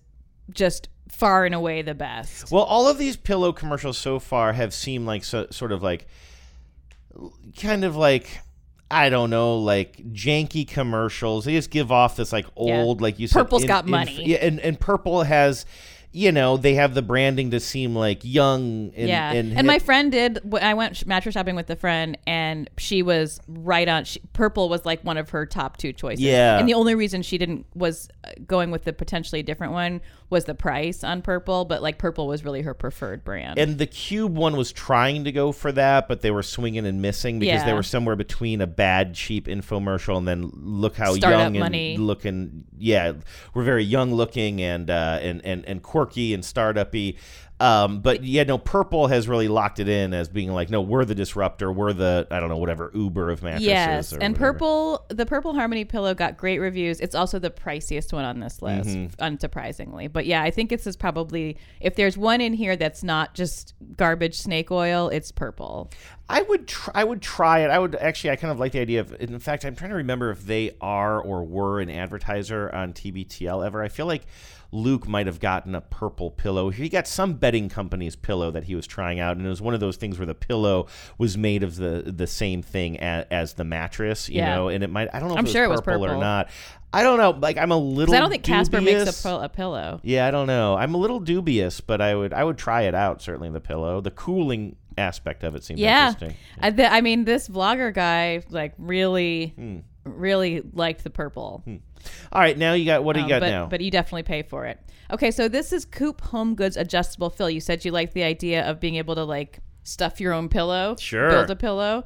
[SPEAKER 7] just far and away the best.
[SPEAKER 5] Well, all of these pillow commercials so far have seemed like so, sort of like kind of like I don't know, like janky commercials. They just give off this like
[SPEAKER 7] Yeah.
[SPEAKER 5] old, like you
[SPEAKER 7] Purple's
[SPEAKER 5] said,
[SPEAKER 7] got money.
[SPEAKER 5] yeah, and and purple has, you know, they have the branding to seem like young and
[SPEAKER 7] yeah,
[SPEAKER 5] and,
[SPEAKER 7] and, my
[SPEAKER 5] hip.
[SPEAKER 7] friend did. wh- I went sh- mattress shopping with a friend, and she was right on. She, purple was like one of her top two choices.
[SPEAKER 5] Yeah.
[SPEAKER 7] and the only reason she didn't was uh, going with the potentially different one was the price on purple. But like purple was really her preferred brand.
[SPEAKER 5] And the cube one was trying to go for that, but they were swinging and missing because they
[SPEAKER 7] Yeah.
[SPEAKER 5] were somewhere between a bad, cheap infomercial and then look how
[SPEAKER 7] Startup
[SPEAKER 5] young
[SPEAKER 7] money.
[SPEAKER 5] and looking. Yeah, we're very young looking and uh, and and and quirky and startupy. Um, but yeah, no, purple has really locked it in as being like, no, we're the disruptor. We're the I don't know whatever Uber of mattresses.
[SPEAKER 7] yes,
[SPEAKER 5] or
[SPEAKER 7] and
[SPEAKER 5] whatever.
[SPEAKER 7] purple. The purple harmony pillow got great reviews. It's also the priciest one on this list,
[SPEAKER 5] Mhm.
[SPEAKER 7] unsurprisingly. But yeah, I think this is probably if there's one in here that's not just garbage snake oil, it's purple.
[SPEAKER 5] I would try, I would try it. I would actually I kind of like the idea of in fact I'm trying to remember if they are or were an advertiser on TBTL ever. I feel like Luke might have gotten a purple pillow. He got some bedding company's pillow that he was trying out, and it was one of those things where the pillow was made of the the same thing as, as the mattress, you
[SPEAKER 7] Yeah.
[SPEAKER 5] know. And it might I don't know if
[SPEAKER 7] I'm
[SPEAKER 5] it was
[SPEAKER 7] sure it
[SPEAKER 5] purple or
[SPEAKER 7] was purple.
[SPEAKER 5] not. I don't know. Like I'm a little.
[SPEAKER 7] Because I don't think Casper makes
[SPEAKER 5] dubious.
[SPEAKER 7] a, pill- a pillow.
[SPEAKER 5] Yeah, I don't know. I'm a little dubious, but I would I would try it out. Certainly the pillow, the cooling aspect of it seems
[SPEAKER 7] yeah,
[SPEAKER 5] interesting.
[SPEAKER 7] I, th- I mean, this vlogger guy like really,
[SPEAKER 5] Hmm.
[SPEAKER 7] really liked the purple.
[SPEAKER 5] All right, now you got Hmm. what do you
[SPEAKER 7] Um,
[SPEAKER 5] got
[SPEAKER 7] but,
[SPEAKER 5] now?
[SPEAKER 7] But you definitely pay for it. Okay, so this is Coop Home Goods adjustable fill. You said you liked the idea of being able to like stuff your own pillow,
[SPEAKER 2] Sure.
[SPEAKER 7] build a pillow.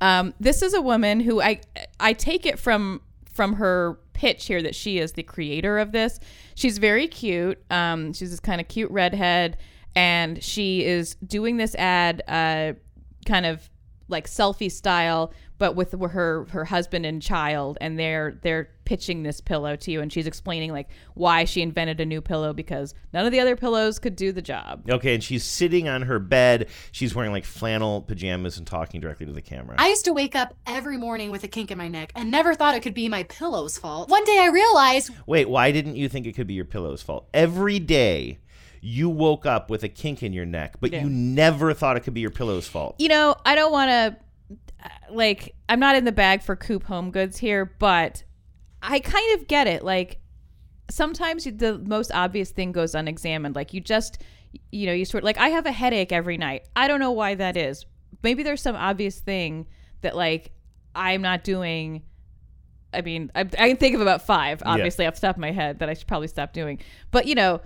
[SPEAKER 7] Um, this is a woman who I I take it from from her pitch here that she is the creator of this. She's very cute. Um, she's this kind of cute redhead, and she is doing this ad, uh, kind of like selfie style but with her her husband and child and they're they're pitching this pillow to you and she's explaining like why she invented a new pillow because none of the other pillows could do the job
[SPEAKER 5] Okay, and she's sitting on her bed. She's wearing like flannel pajamas and talking directly to the camera.
[SPEAKER 6] I used to wake up every morning with a kink in my neck and never thought it could be my pillow's fault. One day I realized
[SPEAKER 5] Wait, why didn't you think it could be your pillow's fault? Every day you woke up with a kink in your neck, but
[SPEAKER 7] Yeah.
[SPEAKER 5] you never thought it could be your pillow's fault.
[SPEAKER 7] you know i don't want to like i'm not in the bag for coop home goods here but i kind of get it like sometimes you- the most obvious thing goes unexamined like you just you know you sort like i have a headache every night i don't know why that is maybe there's some obvious thing that like i'm not doing i mean i, I can think of about five
[SPEAKER 2] Yeah.
[SPEAKER 7] obviously off the top of my head that i should probably stop doing but you know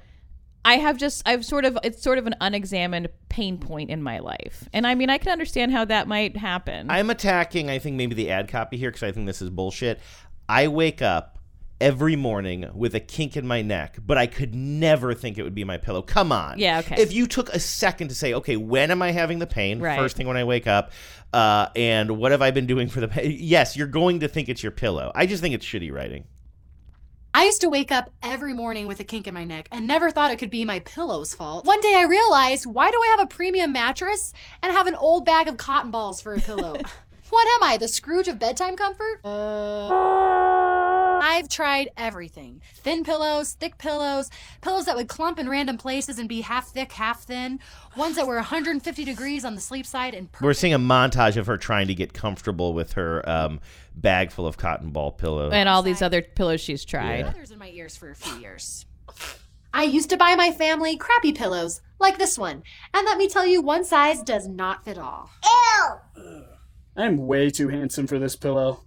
[SPEAKER 7] I have just I've sort of it's sort of an unexamined pain point in my life. And I mean I can understand how that might happen.
[SPEAKER 5] I'm attacking, I think, maybe the ad copy here because I think this is bullshit. I wake up every morning with a kink in my neck, but I could never think it would be my pillow. Come on.
[SPEAKER 7] Yeah, okay.
[SPEAKER 5] If you took a second to say, okay, when am I having the pain?
[SPEAKER 7] Right.
[SPEAKER 5] First thing when I wake up, uh, and what have I been doing for the pain? Yes, you're going to think it's your pillow. I just think it's shitty writing.
[SPEAKER 6] I used to wake up every morning with a kink in my neck and never thought it could be my pillow's fault. One day I realized why do I have a premium mattress and have an old bag of cotton balls for a pillow? what am I, the Scrooge of bedtime comfort? Uh, I've tried everything thin pillows, thick pillows, pillows that would clump in random places and be half thick, half thin, ones that were 150 degrees on the sleep side and
[SPEAKER 5] We're seeing a montage of her trying to get comfortable with her um, bag full of cotton ball pillows.
[SPEAKER 7] and all these other pillows she's tried.
[SPEAKER 5] Yeah.
[SPEAKER 6] feathers in my ears for a few years. I used to buy my family crappy pillows like this one, and let me tell you, one size does not fit all.
[SPEAKER 8] I'm way too handsome for this pillow.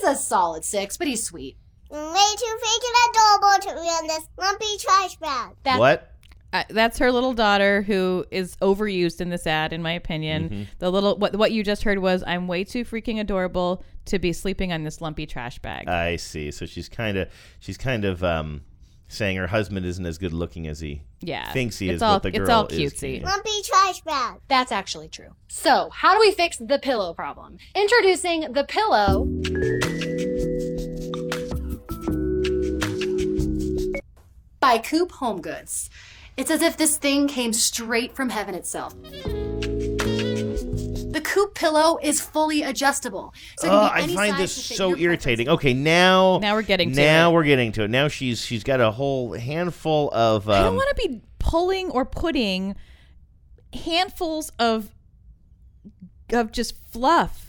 [SPEAKER 6] He's a solid six, but he's sweet.
[SPEAKER 9] Way too fake and adorable to be on this lumpy trash bag.
[SPEAKER 5] what?
[SPEAKER 7] Uh, that's her little daughter who is overused in this ad in my opinion.
[SPEAKER 5] Mm-hmm.
[SPEAKER 9] Mhm.
[SPEAKER 7] The little what what you just heard was I'm way too freaking adorable to be sleeping on this lumpy trash bag.
[SPEAKER 5] I see. So she's kind of she's kind of um, saying her husband isn't as good looking as he
[SPEAKER 7] Yeah.
[SPEAKER 5] thinks he
[SPEAKER 7] It's
[SPEAKER 5] is.
[SPEAKER 7] all-
[SPEAKER 5] but the girl
[SPEAKER 7] it's all
[SPEAKER 5] is-
[SPEAKER 6] Lumpy trash bag. That's actually true. So, how do we fix the pillow problem? Introducing the pillow. By Coop Home Goods. It's as if this thing came straight from heaven itself. The Coop pillow is fully adjustable, so it
[SPEAKER 5] Oh,
[SPEAKER 6] can be
[SPEAKER 5] I
[SPEAKER 6] any
[SPEAKER 5] find
[SPEAKER 6] size
[SPEAKER 5] this
[SPEAKER 6] to fit
[SPEAKER 5] so irritating. Okay, now
[SPEAKER 7] Now we're getting to
[SPEAKER 5] now
[SPEAKER 7] it.
[SPEAKER 5] we're getting to it. Now she's she's got a whole handful of. Um,
[SPEAKER 7] I don't want to be pulling or putting handfuls of of just fluff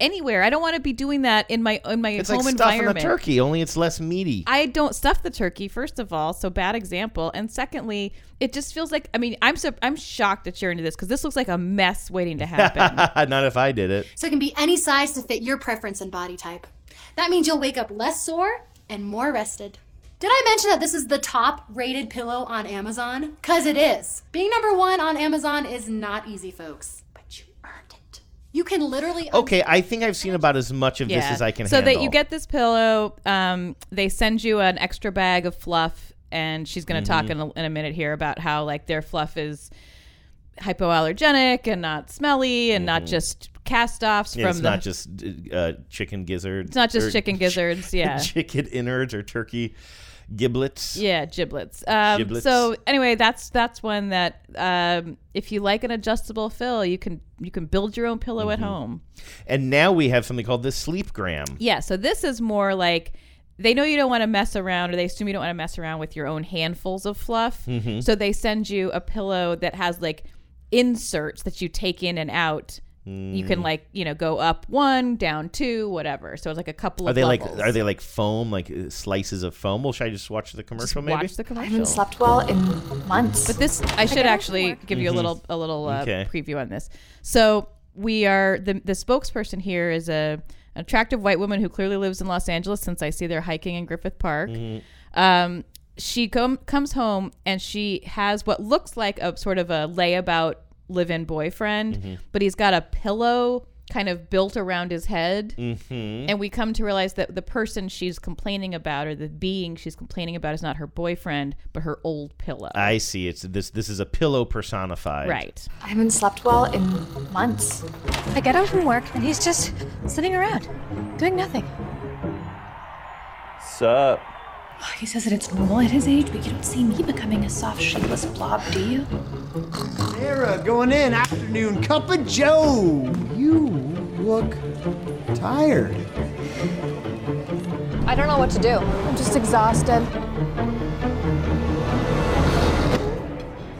[SPEAKER 7] anywhere. I don't want to be doing that in my in my
[SPEAKER 5] It's
[SPEAKER 7] home
[SPEAKER 5] like stuffing a
[SPEAKER 7] environment.
[SPEAKER 5] turkey, only it's less meaty.
[SPEAKER 7] I don't stuff the turkey first of all, so bad example. And secondly, it just feels like I mean, I'm so, I'm shocked that you're into this cuz this looks like a mess waiting to happen.
[SPEAKER 5] *laughs* Not if I did it.
[SPEAKER 6] *laughs* So it can be any size to fit your preference and body type. That means you'll wake up less sore and more rested. Did I mention that this is the top rated pillow on Amazon? Because it is. Being number one on Amazon is not easy, folks. But you earned it. Oh, You can literally.
[SPEAKER 5] Okay, I think I've seen about as much of this as I can
[SPEAKER 7] so
[SPEAKER 5] handle.
[SPEAKER 7] that you get this pillow, um, they send you an extra bag of fluff, and she's going to talk
[SPEAKER 5] Mhm.
[SPEAKER 7] in a, in a minute here about how like their fluff is hypoallergenic and not smelly and not
[SPEAKER 5] Mhm.
[SPEAKER 7] just cast offs
[SPEAKER 5] And
[SPEAKER 7] from
[SPEAKER 5] it's
[SPEAKER 7] the.
[SPEAKER 5] not just uh, chicken gizzards.
[SPEAKER 7] it's not just
[SPEAKER 5] or *laughs*
[SPEAKER 7] chicken gizzards, yeah,
[SPEAKER 5] chicken innards or turkey giblets.
[SPEAKER 7] yeah, giblets. Um,
[SPEAKER 5] Giblets.
[SPEAKER 7] So anyway, that's that's one that um, if you like an adjustable fill, you can you can build your own
[SPEAKER 5] Mm-hmm.
[SPEAKER 7] pillow at home.
[SPEAKER 5] And now we have something called the sleepgram.
[SPEAKER 7] Yeah, so this is more like they know you don't want to mess around or they assume you don't want to mess around with your own handfuls of fluff.
[SPEAKER 5] Mhm.
[SPEAKER 7] So they send you a pillow that has like inserts that you take in and out. You can
[SPEAKER 5] Mm.
[SPEAKER 7] like, you know, go up one, down two, whatever. So it's like a couple
[SPEAKER 5] Are
[SPEAKER 7] of
[SPEAKER 5] they
[SPEAKER 7] levels.
[SPEAKER 5] like are they like foam, like uh, slices of foam? Well, should I just watch the commercial maybe?
[SPEAKER 7] Watch the commercial.
[SPEAKER 5] haven't
[SPEAKER 7] slept well in months. But this, I should
[SPEAKER 2] gotta
[SPEAKER 7] actually
[SPEAKER 2] work.
[SPEAKER 7] give you a
[SPEAKER 5] Mhm.
[SPEAKER 7] little, a little uh,
[SPEAKER 5] Okay.
[SPEAKER 7] preview on this. So we are the the spokesperson here is a an attractive white woman who clearly lives in Los Angeles. Since I see they're hiking in Griffith Park,
[SPEAKER 5] Mm-hmm.
[SPEAKER 7] um, she com- comes home and she has what looks like a sort of a layabout live-in boyfriend,
[SPEAKER 5] Mhm.
[SPEAKER 7] but he's got a pillow kind of built around his head
[SPEAKER 5] Mhm.
[SPEAKER 7] and we come to realize that the person she's complaining about or the being she's complaining about is not her boyfriend but her old pillow
[SPEAKER 5] I see. It's this this is a pillow personified.
[SPEAKER 7] right
[SPEAKER 2] I haven't slept well in months. I get out from work and he's just sitting around, doing nothing.
[SPEAKER 3] Sup?
[SPEAKER 2] *sighs* He says that it's normal at his age, but you don't see me becoming a soft, shapeless blob, do you?
[SPEAKER 18] Sarah, going in afternoon cup of Joe. You look tired.
[SPEAKER 2] I don't know what to do. I'm just exhausted.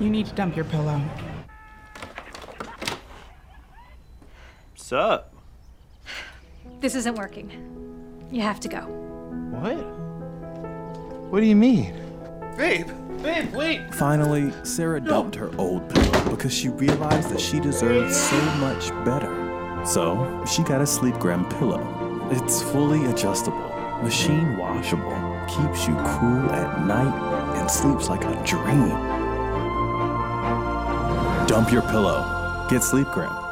[SPEAKER 10] You need to dump your pillow.
[SPEAKER 3] Sup?
[SPEAKER 2] This isn't working. You have to go.
[SPEAKER 3] What?
[SPEAKER 11] What do you mean?
[SPEAKER 18] Babe, babe, wait.
[SPEAKER 11] Finally, Sarah dumped her old pillow because she realized that she deserved so much better. So, she got a SleepGram pillow. It's fully adjustable, machine washable, keeps you cool at night, and sleeps like a dream. Dump your pillow. Get SleepGram.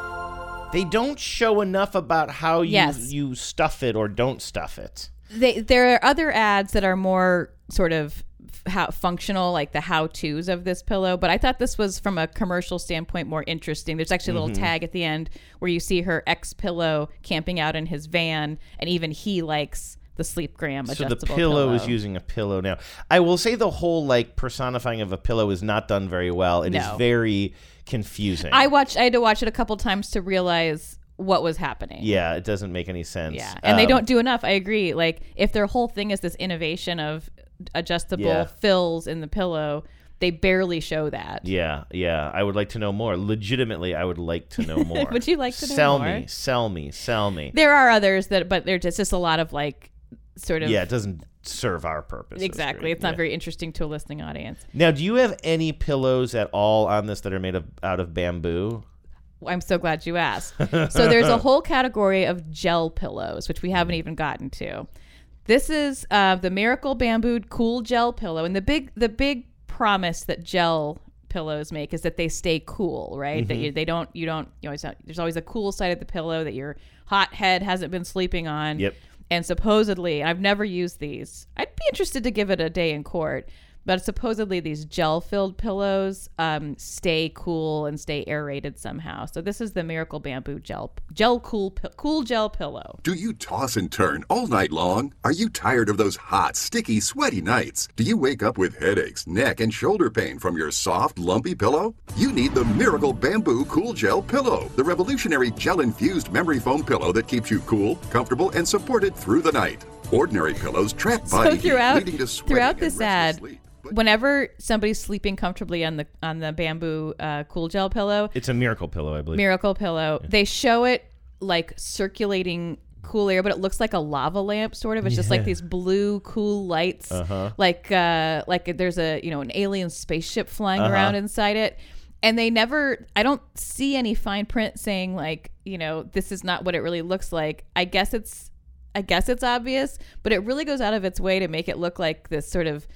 [SPEAKER 5] They don't show enough about how you
[SPEAKER 7] Yes.
[SPEAKER 5] you stuff it or don't stuff it.
[SPEAKER 7] they, there are other ads that are more sort of f- how functional like the how to's of this pillow but i thought this was from a commercial standpoint more interesting there's actually a little
[SPEAKER 5] Mm-hmm.
[SPEAKER 2] Mhm.
[SPEAKER 7] tag at the end where you see her ex pillow camping out in his van and even he likes the sleep gram
[SPEAKER 5] So
[SPEAKER 7] adjustable
[SPEAKER 5] the pillow, is using a pillow now. I will say the whole like personifying of a pillow is not done very well. It is
[SPEAKER 7] No.
[SPEAKER 5] very confusing.
[SPEAKER 7] i watched i had to watch it a couple times to realize what was happening
[SPEAKER 5] yeah, it doesn't make any sense.
[SPEAKER 7] Yeah, and they
[SPEAKER 5] Um,
[SPEAKER 7] don't do enough. I agree. Like if their whole thing is this innovation of adjustable
[SPEAKER 5] Yeah.
[SPEAKER 7] fills in the pillow, they barely show that.
[SPEAKER 5] Yeah, yeah. I would like to know more. Legitimately, I would like to
[SPEAKER 7] *laughs*
[SPEAKER 5] know more.
[SPEAKER 7] Would you like to know
[SPEAKER 5] sell
[SPEAKER 7] more?
[SPEAKER 5] me, sell me, sell me?
[SPEAKER 7] There are others that, but there's just, just a lot of like sort of
[SPEAKER 5] yeah, it doesn't serve our purpose.
[SPEAKER 7] exactly. It's not very interesting to a listening audience.
[SPEAKER 5] Now, do you have any pillows at all on this that are made of out of bamboo?
[SPEAKER 7] I'm so glad
[SPEAKER 5] *laughs*
[SPEAKER 7] you asked. so there's a whole category of gel pillows, which we haven't even gotten to. This is uh, the Miracle Bamboo Cool Gel Pillow, and the big the big promise that gel pillows make is that they stay cool, right? That
[SPEAKER 25] Mm-hmm.
[SPEAKER 2] Mhm.
[SPEAKER 7] you, they don't you don't you always don't, there's always a cool side of the pillow that your hot head hasn't been sleeping on.
[SPEAKER 5] Yep.
[SPEAKER 7] And supposedly, I've never used these. I'd be interested to give it a day in court, but supposedly these gel-filled pillows um, stay cool and stay aerated somehow. So this is the Miracle Bamboo Gel Gel Cool Pi- Cool Gel Pillow.
[SPEAKER 25] Do you toss and turn all night long? Are you tired of those hot, sticky, sweaty nights? Do you wake up with headaches, neck, and shoulder pain from your soft, lumpy pillow? You need the Miracle Bamboo Cool Gel Pillow, the revolutionary gel infused memory foam pillow that keeps you cool, comfortable, and supported through the night. Ordinary pillows trap body
[SPEAKER 7] So
[SPEAKER 25] heat,
[SPEAKER 7] throughout
[SPEAKER 25] leading to sweating
[SPEAKER 7] throughout
[SPEAKER 25] and
[SPEAKER 7] this
[SPEAKER 25] restless
[SPEAKER 7] ad, whenever somebody's sleeping comfortably on the on the bamboo uh, cool gel pillow,
[SPEAKER 5] It's a miracle pillow, I believe.
[SPEAKER 7] Miracle Pillow. They show it like circulating cool air, but it looks like a lava lamp, sort of. It's just like
[SPEAKER 5] Yeah.
[SPEAKER 7] these blue, cool lights,
[SPEAKER 5] Uh-huh.
[SPEAKER 7] like uh, like there's a you know an alien spaceship flying
[SPEAKER 5] Uh-huh.
[SPEAKER 7] around inside it. And they never, I don't see any fine print saying like, you know, this is not what it really looks like. I guess it's, I guess it's obvious, but it really goes out of its way to make it look like this sort of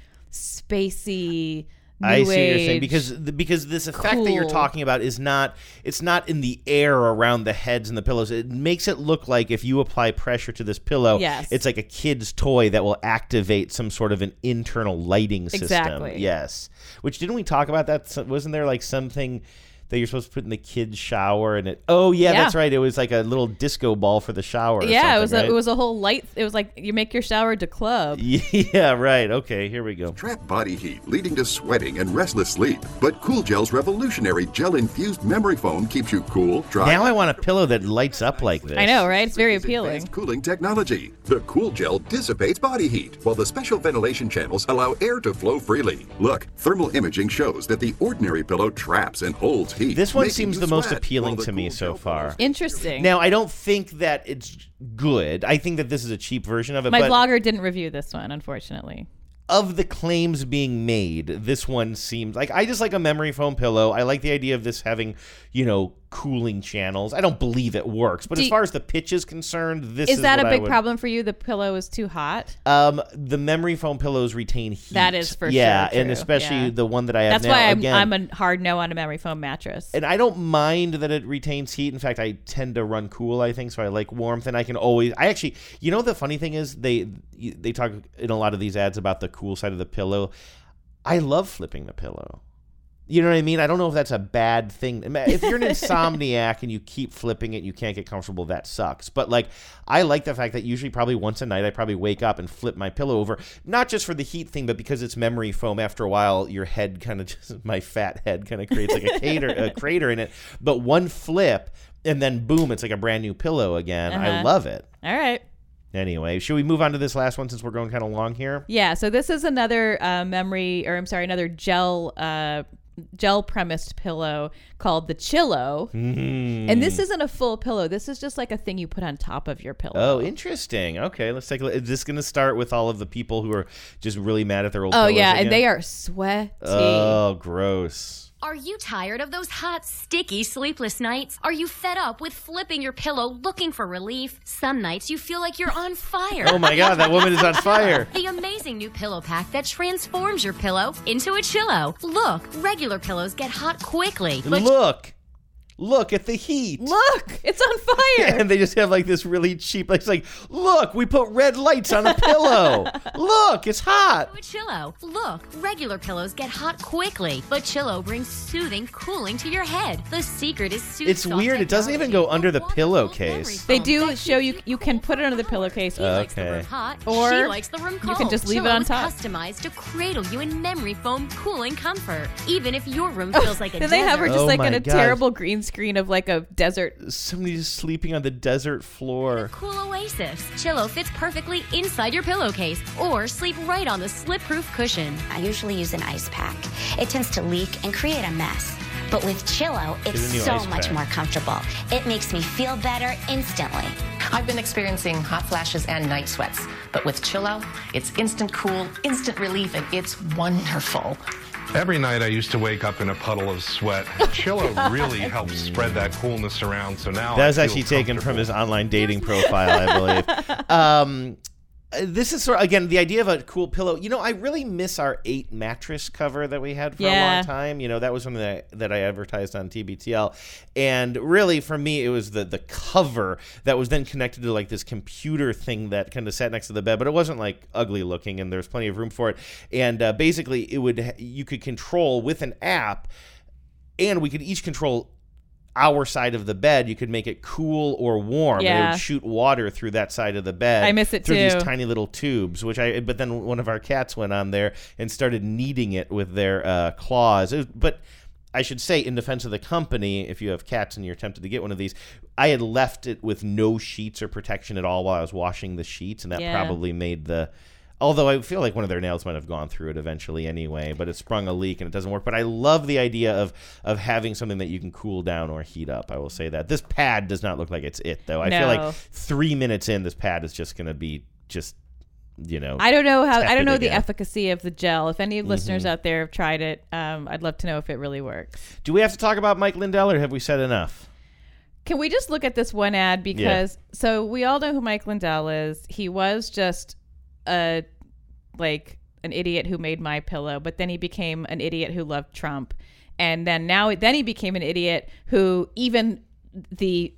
[SPEAKER 7] spacey. New
[SPEAKER 5] I see what you're saying
[SPEAKER 7] age-
[SPEAKER 5] because the, because this effect that you're
[SPEAKER 7] cool.
[SPEAKER 5] talking about is not it's not in the air around the heads and the pillows. It makes it look like if you apply pressure to this pillow,
[SPEAKER 7] Yes.
[SPEAKER 5] it's like a kid's toy that will activate some sort of an internal lighting system.
[SPEAKER 7] Exactly.
[SPEAKER 5] Yes. Which didn't we talk about that? So- Wasn't there like something that you're supposed to put in the kids' shower, and it. Oh yeah,
[SPEAKER 7] Yeah.
[SPEAKER 5] that's right. It was like a little disco ball for the shower. or
[SPEAKER 7] yeah, it was a,
[SPEAKER 5] something,
[SPEAKER 7] it was a whole light. It was like you make your shower to club.
[SPEAKER 5] right? *laughs* yeah, right. Okay, here we go.
[SPEAKER 25] Trap body heat, leading to sweating and restless sleep. But Cool Gel's revolutionary gel-infused memory foam keeps you cool, dry.
[SPEAKER 5] Now I want a pillow that lights up like this.
[SPEAKER 7] I know, right? It's very appealing.
[SPEAKER 25] Cooling technology. The cool gel dissipates body heat, while the special ventilation channels allow air to flow freely. Look, thermal imaging shows that the ordinary pillow traps and holds heat.
[SPEAKER 5] This one
[SPEAKER 25] making
[SPEAKER 5] seems
[SPEAKER 25] you
[SPEAKER 5] the most
[SPEAKER 25] sweat.
[SPEAKER 5] appealing to me so far.
[SPEAKER 7] Interesting.
[SPEAKER 5] Now I don't think that it's good. I think that this is a cheap version of it.
[SPEAKER 7] my
[SPEAKER 5] but
[SPEAKER 7] blogger didn't review this one, unfortunately.
[SPEAKER 5] of the claims being made, this one seems like I just like a memory foam pillow. I like the idea of this having, you know, cooling channels. I don't believe it works, but
[SPEAKER 7] Do
[SPEAKER 5] as
[SPEAKER 7] you-
[SPEAKER 5] far as the pitch is concerned, this
[SPEAKER 7] is,
[SPEAKER 5] is,
[SPEAKER 7] that
[SPEAKER 5] what
[SPEAKER 7] a
[SPEAKER 5] I
[SPEAKER 7] big
[SPEAKER 5] would-
[SPEAKER 7] problem for you? The pillow is too hot.
[SPEAKER 5] Um, the memory foam pillows retain heat.
[SPEAKER 7] That is for
[SPEAKER 5] yeah,
[SPEAKER 7] sure
[SPEAKER 5] and
[SPEAKER 7] true.
[SPEAKER 5] especially
[SPEAKER 7] Yeah.
[SPEAKER 5] the one that I have
[SPEAKER 7] That's
[SPEAKER 5] now.
[SPEAKER 7] why I'm,
[SPEAKER 5] again,
[SPEAKER 7] I'm a hard no on a memory foam mattress.
[SPEAKER 5] and I don't mind that it retains heat. In fact, I tend to run cool. I think so. I like warmth, and I can always. I actually, you know, the funny thing is they they talk in a lot of these ads about the cool side of the pillow. I love flipping the pillow. You know what I mean? I don't know if that's a bad thing. If you're an insomniac and you keep flipping it, and you can't get comfortable. That sucks. But like, I like the fact that usually, probably once a night, I probably wake up and flip my pillow over, not just for the heat thing, but because it's memory foam. After a while, your head kind of *laughs* just my fat head kind of creates like a cater a crater in it. But one flip, and then boom, it's like a brand new pillow again. I
[SPEAKER 7] Uh-huh.
[SPEAKER 5] love it.
[SPEAKER 7] All right.
[SPEAKER 5] Anyway, should we move on to this last one since we're going kind of long here?
[SPEAKER 7] Yeah. So this is another uh, memory, or I'm sorry, another gel uh, gel premised pillow called the Chillo. And this
[SPEAKER 5] Mm.
[SPEAKER 7] isn't a full pillow. This is just like a thing you put on top of your pillow.
[SPEAKER 5] Oh, interesting. Okay, let's take a look. Is this going to start with all of the people who are just really mad at their old
[SPEAKER 7] Oh,
[SPEAKER 5] pillows
[SPEAKER 7] yeah, and
[SPEAKER 5] again?
[SPEAKER 7] they are sweaty.
[SPEAKER 5] Oh, gross.
[SPEAKER 3] Are you tired of those hot, sticky, sleepless nights? Are you fed up with flipping your pillow looking for relief? Some nights you feel like you're on fire.
[SPEAKER 5] Oh my god, that woman is on fire.
[SPEAKER 3] *laughs* The amazing new pillow pack that transforms your pillow into a chillo. Look, regular pillows get hot quickly. but-
[SPEAKER 5] Look. Look at the heat. *laughs*
[SPEAKER 7] Look, it's on fire.
[SPEAKER 5] And they just have like this really cheap like it's like, look, we put red lights on a pillow.
[SPEAKER 7] *laughs*
[SPEAKER 5] look, it's hot.
[SPEAKER 3] A Chillo. Look, regular pillows get hot quickly, but Chillo brings soothing cooling to your head. The secret is soothing.
[SPEAKER 5] It's weird. It doesn't even go under the pillowcase.
[SPEAKER 7] They do show you you can put it under the pillowcase.
[SPEAKER 5] Okay.
[SPEAKER 3] Hot.
[SPEAKER 7] Or
[SPEAKER 3] she likes the room
[SPEAKER 7] you
[SPEAKER 3] cold.
[SPEAKER 7] can just leave it
[SPEAKER 3] Chillo
[SPEAKER 7] on
[SPEAKER 3] is
[SPEAKER 7] top.
[SPEAKER 3] Customized to cradle you in memory foam cooling comfort, even if your room feels like a.
[SPEAKER 7] Oh, Then they have her
[SPEAKER 3] desert.
[SPEAKER 7] just
[SPEAKER 5] Oh
[SPEAKER 7] like in
[SPEAKER 5] my
[SPEAKER 7] a
[SPEAKER 5] God.
[SPEAKER 7] terrible green screen of like a desert.
[SPEAKER 5] Somebody just sleeping on the desert floor.
[SPEAKER 3] Cool Oasis. Chillo fits perfectly inside your pillowcase or sleep right on the slip-proof cushion. I usually use an ice pack. It tends to leak and create a mess. But with Chillo,
[SPEAKER 12] It's
[SPEAKER 3] Give it a new
[SPEAKER 12] so
[SPEAKER 3] ice
[SPEAKER 12] much
[SPEAKER 3] pack.
[SPEAKER 12] more comfortable. It makes me feel better instantly. I've been experiencing hot flashes and night sweats, but with Chillo, it's instant cool, instant relief, and it's wonderful.
[SPEAKER 13] Every night I used to wake up in a puddle of sweat. Chillo really helps spread that coolness around. So now
[SPEAKER 5] That was
[SPEAKER 13] I feel
[SPEAKER 5] actually taken from his online dating *laughs* profile, I believe. Um, uh, this is sort of, again the idea of a cool pillow. You know, I really miss our eight mattress cover that we had for a
[SPEAKER 14] Yeah.
[SPEAKER 5] long time. You know, that was something that, that I advertised on TBTL, and really for me it was the the cover that was then connected to like this computer thing that kind of sat next to the bed, but it wasn't like ugly looking, and there was plenty of room for it. And uh, basically, it would ha- you could control with an app and we could each control our side of the bed. You could make it cool or warm. and It
[SPEAKER 7] Yeah.
[SPEAKER 5] would shoot water through that side of the bed.
[SPEAKER 7] I miss it
[SPEAKER 5] through
[SPEAKER 7] too.
[SPEAKER 5] these tiny little tubes. Which I, but then one of our cats went on there and started kneading it with their uh, claws. It was- but. I should say, in defense of the company, if you have cats and you're tempted to get one of these, I had left it with no sheets or protection at all while I was washing the sheets, and that
[SPEAKER 14] Yeah.
[SPEAKER 5] probably probably made the. Although I feel like one of their nails might have gone through it eventually anyway, but it sprung a leak and it doesn't work. But I love the idea of of having something that you can cool down or heat up. I will say that this pad does not look like it's it though. I feel
[SPEAKER 7] No.
[SPEAKER 5] like three minutes in, this pad is just going to be just you know.
[SPEAKER 7] I don't know how I
[SPEAKER 5] tepid
[SPEAKER 7] don't know the
[SPEAKER 5] again.
[SPEAKER 7] efficacy of the gel. If any
[SPEAKER 5] Mhm.
[SPEAKER 7] listeners out there have tried it, um, I'd love to know if it really works.
[SPEAKER 5] Do we have to talk about Mike Lindell or have we said enough?
[SPEAKER 7] Can we just look at this one ad because so we all know who Mike Lindell is. He was just a like an idiot who made my pillow, but then he became an idiot who loved Trump. And then now then he became an idiot who even the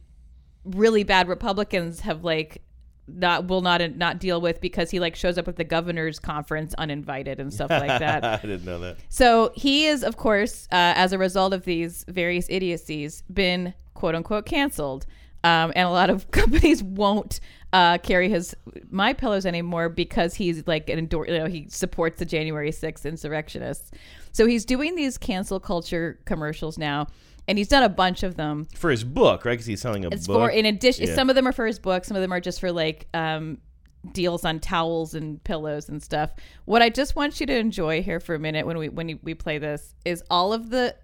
[SPEAKER 7] really bad Republicans have like not will not not deal with because he like shows up at the governor's conference uninvited and stuff like
[SPEAKER 5] *laughs*
[SPEAKER 7] that.
[SPEAKER 5] I didn't know that.
[SPEAKER 7] So he is, of course, uh, as a result of these various idiocies, been quote unquote canceled. Um, and a lot of *laughs* companies won't uh, carry his my pillows anymore because he's like an endor- you know he supports the January 6th insurrectionists. So he's doing these cancel culture commercials now, and he's done a bunch of them.
[SPEAKER 5] For his book, right? Because he's selling a
[SPEAKER 7] It's
[SPEAKER 5] book.
[SPEAKER 7] for in addition.
[SPEAKER 5] Yeah.
[SPEAKER 7] Some of them are for his book. Some of them are just for like um, deals on towels and pillows and stuff. What I just want you to enjoy here for a minute when we when we play this is all of the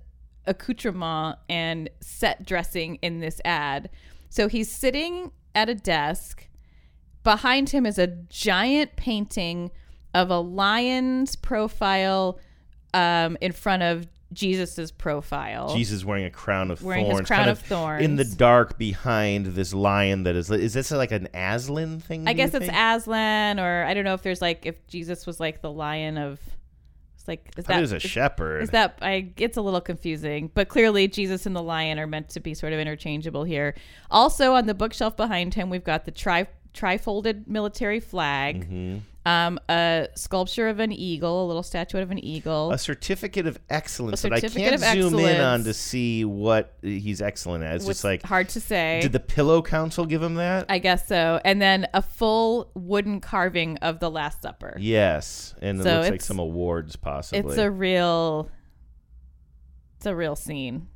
[SPEAKER 7] accoutrement and set dressing in this ad. So he's sitting at a desk. Behind him is a giant painting of a lion's profile um, in front of Jesus's profile.
[SPEAKER 5] Jesus wearing a crown of
[SPEAKER 7] Wearing his
[SPEAKER 5] thorns.
[SPEAKER 7] crown
[SPEAKER 5] kind
[SPEAKER 7] of thorns.
[SPEAKER 5] In the dark behind this lion that is. Is this like an Aslan thing?
[SPEAKER 7] I
[SPEAKER 5] do
[SPEAKER 7] guess
[SPEAKER 5] you
[SPEAKER 7] it's
[SPEAKER 5] think?
[SPEAKER 7] Aslan, or I don't know if there's like if Jesus was like the lion of. It's like is
[SPEAKER 5] thought
[SPEAKER 7] that
[SPEAKER 5] he was a
[SPEAKER 7] is-
[SPEAKER 5] shepherd.
[SPEAKER 7] Is that I? It's a little confusing, but clearly Jesus and the lion are meant to be sort of interchangeable here. Also on the bookshelf behind him, we've got the tri trifolded military flag.
[SPEAKER 5] Mhm.
[SPEAKER 7] Um, a sculpture of an eagle, a little statuette of an eagle.
[SPEAKER 5] A certificate of excellence
[SPEAKER 7] A
[SPEAKER 5] that I
[SPEAKER 7] certificate
[SPEAKER 5] can't
[SPEAKER 7] of
[SPEAKER 5] zoom in on
[SPEAKER 7] excellence.
[SPEAKER 5] to see what he's excellent at. It's
[SPEAKER 7] Which-
[SPEAKER 5] just like
[SPEAKER 7] hard to say.
[SPEAKER 5] Did the Pillow Council give him that?
[SPEAKER 7] I guess so. And then a full wooden carving of the Last Supper.
[SPEAKER 5] Yes, and
[SPEAKER 7] So
[SPEAKER 5] it looks like
[SPEAKER 7] it's-
[SPEAKER 5] some awards possibly.
[SPEAKER 7] It's a real, it's a real scene.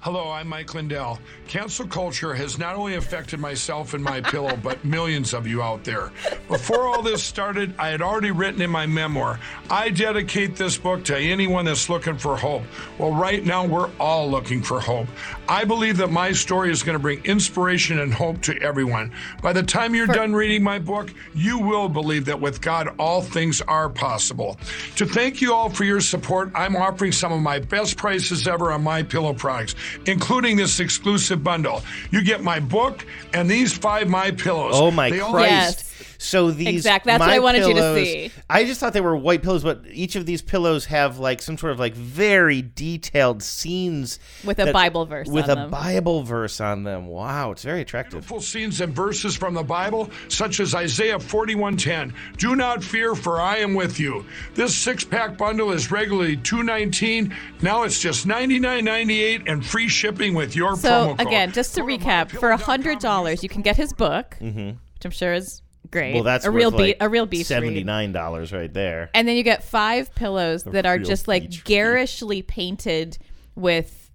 [SPEAKER 14] Hello, I'm Mike Lindell. Cancel culture has not only affected myself and my pillow, but millions of you out there. Before all this started, I had already written in my memoir, I dedicate this book to anyone that's looking for hope. Well, right now, we're all looking for hope. I believe that my story is going to bring inspiration and hope to everyone. By the time you're done reading my book, you will believe that with God, all things are possible. To thank you all for your support, I'm offering some of my best prices ever on my pillow products, including this exclusive bundle. You get my book and these five my pillows.
[SPEAKER 5] Oh my
[SPEAKER 14] They all-
[SPEAKER 5] Christ! So these
[SPEAKER 7] Exact- that's what I
[SPEAKER 5] My
[SPEAKER 7] wanted you to
[SPEAKER 5] Pillows-
[SPEAKER 7] see.
[SPEAKER 5] I just thought they were white pillows, but each of these pillows have like some sort of like very detailed scenes
[SPEAKER 7] With a Bible verse
[SPEAKER 5] with
[SPEAKER 7] on
[SPEAKER 5] a
[SPEAKER 7] them.
[SPEAKER 5] Bible verse on them. Wow, it's very attractive.
[SPEAKER 14] Beautiful scenes and verses from the Bible, such as Isaiah 41:10. Do not fear, for I am with you. This six-pack bundle is regularly 219. Now it's just 99.98 and free shipping with your
[SPEAKER 7] So
[SPEAKER 14] promo code.
[SPEAKER 7] again, just to recap, for a hundred dollars you can get his book,
[SPEAKER 5] Mhm.
[SPEAKER 7] which I'm sure is great.
[SPEAKER 5] Well, that's
[SPEAKER 7] a real
[SPEAKER 5] worth, like,
[SPEAKER 7] beat, a real beach
[SPEAKER 5] seventy
[SPEAKER 7] read.
[SPEAKER 5] nine dollars right there.
[SPEAKER 7] And then you get five pillows
[SPEAKER 5] A
[SPEAKER 7] that are
[SPEAKER 5] real
[SPEAKER 7] just like garishly painted with,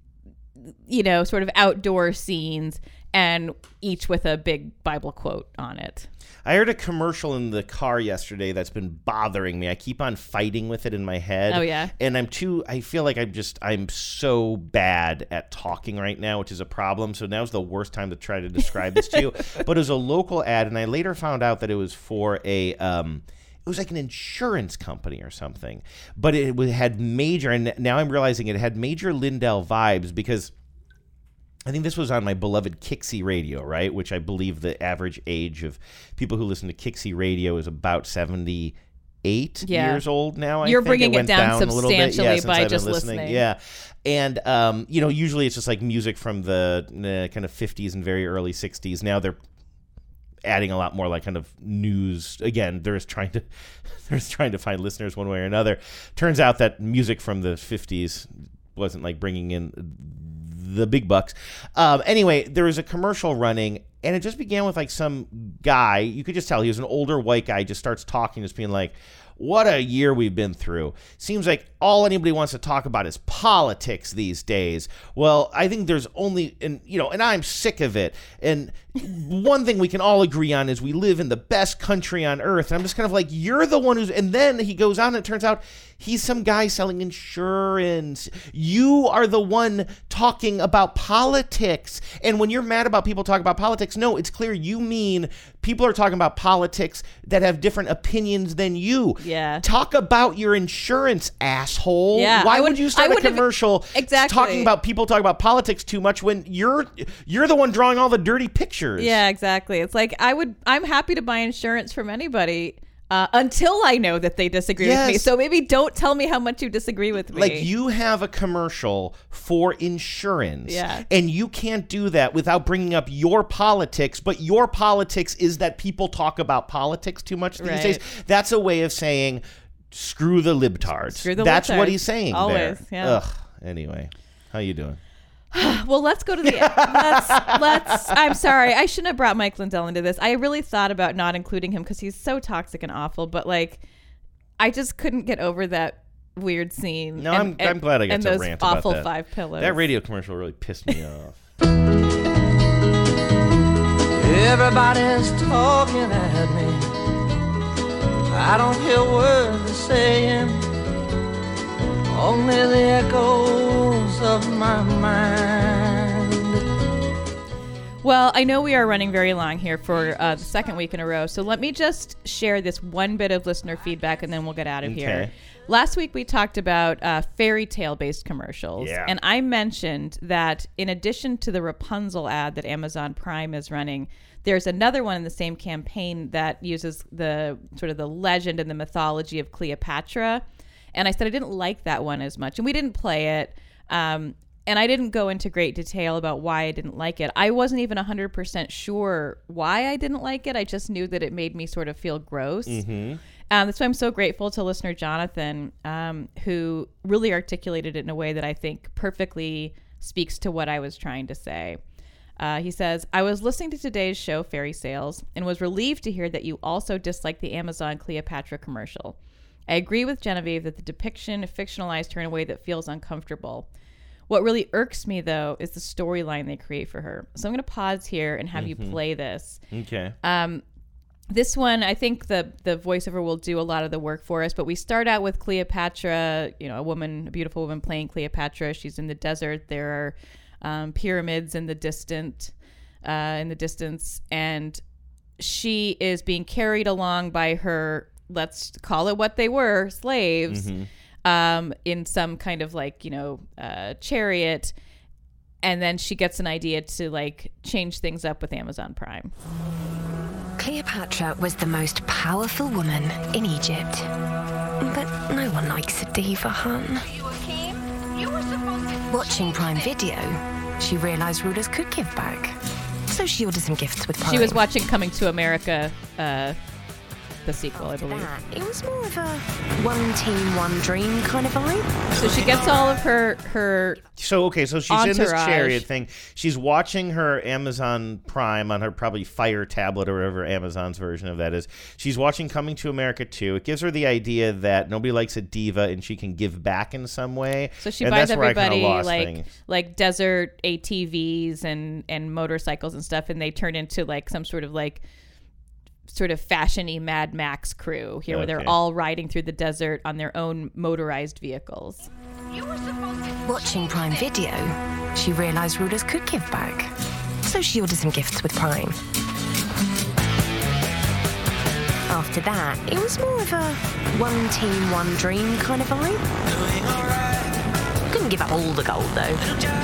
[SPEAKER 7] you know, sort of outdoor scenes, and each with a big Bible quote on it.
[SPEAKER 5] I heard a commercial in the car yesterday that's been bothering me. I keep on fighting with it in my head.
[SPEAKER 7] Oh, yeah?
[SPEAKER 5] And I'm too I feel like I'm just I'm so bad at talking right now, which is a problem. So now's the worst time to try to describe this to
[SPEAKER 7] *laughs*
[SPEAKER 5] you. But it was a local ad and I later found out that it was for a um it was like an insurance company or something. But it wa- had major and now I'm realizing it had major Lindell vibes because I think this was on my beloved Kixie radio, right? Which I believe the average age of people who listen to Kixie radio is about 78
[SPEAKER 7] Yeah.
[SPEAKER 5] years old now. I
[SPEAKER 7] You're
[SPEAKER 5] think.
[SPEAKER 7] bringing it
[SPEAKER 5] went
[SPEAKER 7] down
[SPEAKER 5] a little bit, yeah,
[SPEAKER 7] substantially
[SPEAKER 5] since
[SPEAKER 7] by
[SPEAKER 5] I've been
[SPEAKER 7] just listening.
[SPEAKER 5] Yeah. And, um, you know, usually it's just like music from the uh, kind of 50s and very early 60s. Now they're adding a lot more like kind of news again they're just trying to *laughs* they're just trying to find listeners one way or another turns out that music from the 50s wasn't like bringing in the big bucks um, anyway there was a commercial running and it just began with like some guy you could just tell he was an older white guy just starts talking just being like what a year we've been through. Seems like all anybody wants to talk about is politics these days. Well, I think there's only and you know, and I'm sick of it. And one thing we can all agree on is we live in the best country on earth. And I'm just kind of like, you're the one who's and then he goes on and it turns out he's some guy selling insurance. You are the one talking about politics. And when you're mad about people talking about politics, no, it's clear you mean people are talking about politics that have different opinions than you.
[SPEAKER 7] Yeah.
[SPEAKER 5] Talk about your insurance, asshole.
[SPEAKER 7] Yeah,
[SPEAKER 5] Why
[SPEAKER 7] I
[SPEAKER 5] would
[SPEAKER 7] would-
[SPEAKER 5] you start
[SPEAKER 7] I
[SPEAKER 5] a
[SPEAKER 7] would have-
[SPEAKER 5] commercial
[SPEAKER 7] Exactly.
[SPEAKER 5] talking about people talking about politics too much when you're you're the one drawing all the dirty pictures?
[SPEAKER 7] Yeah, exactly. It's like I would I'm happy to buy insurance from anybody. uh, until I know that they disagree with me.
[SPEAKER 5] Yes.
[SPEAKER 7] So maybe don't tell me how much you disagree with me.
[SPEAKER 5] Like you have a commercial for insurance,
[SPEAKER 7] Yeah.
[SPEAKER 5] and you can't do that without bringing up your politics. But your politics is that people talk about politics too much these
[SPEAKER 7] Right.
[SPEAKER 5] days. That's a way of saying screw the libtards.
[SPEAKER 7] Screw the
[SPEAKER 5] That's what
[SPEAKER 7] libtards.
[SPEAKER 5] he's saying.
[SPEAKER 7] Always,
[SPEAKER 5] there.
[SPEAKER 7] yeah.
[SPEAKER 5] Ugh. Anyway, how you doing?
[SPEAKER 7] *sighs* well, let's go to the.
[SPEAKER 5] *laughs*
[SPEAKER 7] let's, let's. I'm sorry. I shouldn't have brought Mike Lindell into this. I really thought about not including him because he's so toxic and awful. But like, I just couldn't get over that weird scene.
[SPEAKER 5] No,
[SPEAKER 7] and-
[SPEAKER 5] I'm,
[SPEAKER 7] and-
[SPEAKER 5] I'm glad I got
[SPEAKER 7] and
[SPEAKER 5] to
[SPEAKER 7] those
[SPEAKER 5] rant
[SPEAKER 7] awful
[SPEAKER 5] about that.
[SPEAKER 7] five pillows.
[SPEAKER 5] That radio commercial really pissed me
[SPEAKER 7] *laughs*
[SPEAKER 5] off.
[SPEAKER 15] Everybody's talking at me. I don't hear a word they're saying. Only the echoes of my mind.
[SPEAKER 7] Well, I know we are running very long here for uh, the second week in a row, so let me just share this one bit of listener feedback and then we'll get out of here.
[SPEAKER 5] Okay.
[SPEAKER 7] Last week we talked about uh, fairy tale based commercials,
[SPEAKER 5] Yeah.
[SPEAKER 7] and I mentioned that in addition to the Rapunzel ad that Amazon Prime is running, there's another one in the same campaign that uses the sort of the legend and the mythology of Cleopatra. And I said I didn't like that one as much, and we didn't play it. Um, and I didn't go into great detail about why I didn't like it. I wasn't even 100% sure why I didn't like it. I just knew that it made me sort of feel gross.
[SPEAKER 5] Mhm.
[SPEAKER 7] Um, that's why I'm so grateful to listener Jonathan, um, who really articulated it in a way that I think perfectly speaks to what I was trying to say. Uh, he says, I was listening to today's show, Fairy Sales, and was relieved to hear that you also disliked the Amazon Cleopatra commercial. I agree with Genevieve that the depiction fictionalized her in a way that feels uncomfortable. What really irks me, though, is the storyline they create for her. So I'm going to pause here and have
[SPEAKER 5] Mhm.
[SPEAKER 7] you play this.
[SPEAKER 5] Okay.
[SPEAKER 7] Um, this one, I think the the voiceover will do a lot of the work for us. But we start out with Cleopatra, you know, a woman, a beautiful woman playing Cleopatra. She's in the desert. There are um, pyramids in the distant, uh, in the distance, and she is being carried along by her. Let's call it what they were, slaves,
[SPEAKER 5] Mhm.
[SPEAKER 7] um, in some kind of like you know uh, chariot. And then she gets an idea to like change things up with Amazon Prime.
[SPEAKER 16] Cleopatra was the most powerful woman in Egypt. But no one likes a diva, hun. Watching Prime Video, she realised rulers could give back. So she ordered some gifts with Prime.
[SPEAKER 7] She was watching Coming to America, uh, the sequel, I believe.
[SPEAKER 16] It was more of a one team, one dream kind of vibe.
[SPEAKER 7] So she gets all of her her.
[SPEAKER 5] So okay, so she's in this
[SPEAKER 7] Entourage.
[SPEAKER 5] chariot thing. She's watching her Amazon Prime on her probably Fire tablet or whatever Amazon's version of that is. She's watching Coming to America too. It gives her the idea that nobody likes a diva and she can give back in some way.
[SPEAKER 7] So she
[SPEAKER 5] And
[SPEAKER 7] buys
[SPEAKER 5] that's where I kinda
[SPEAKER 7] everybody
[SPEAKER 5] lost
[SPEAKER 7] like
[SPEAKER 5] things.
[SPEAKER 7] like desert ATVs and and motorcycles and stuff, and they turn into like some sort of like sort of fashiony Mad Max crew here, where
[SPEAKER 16] Okay.
[SPEAKER 7] they're all riding through the desert on their own motorized vehicles.
[SPEAKER 16] Watching Prime Video, she realised rulers could give back. So she ordered some gifts with Prime. After that, it was more of a one team, one dream kind of vibe. Couldn't give up all the gold though.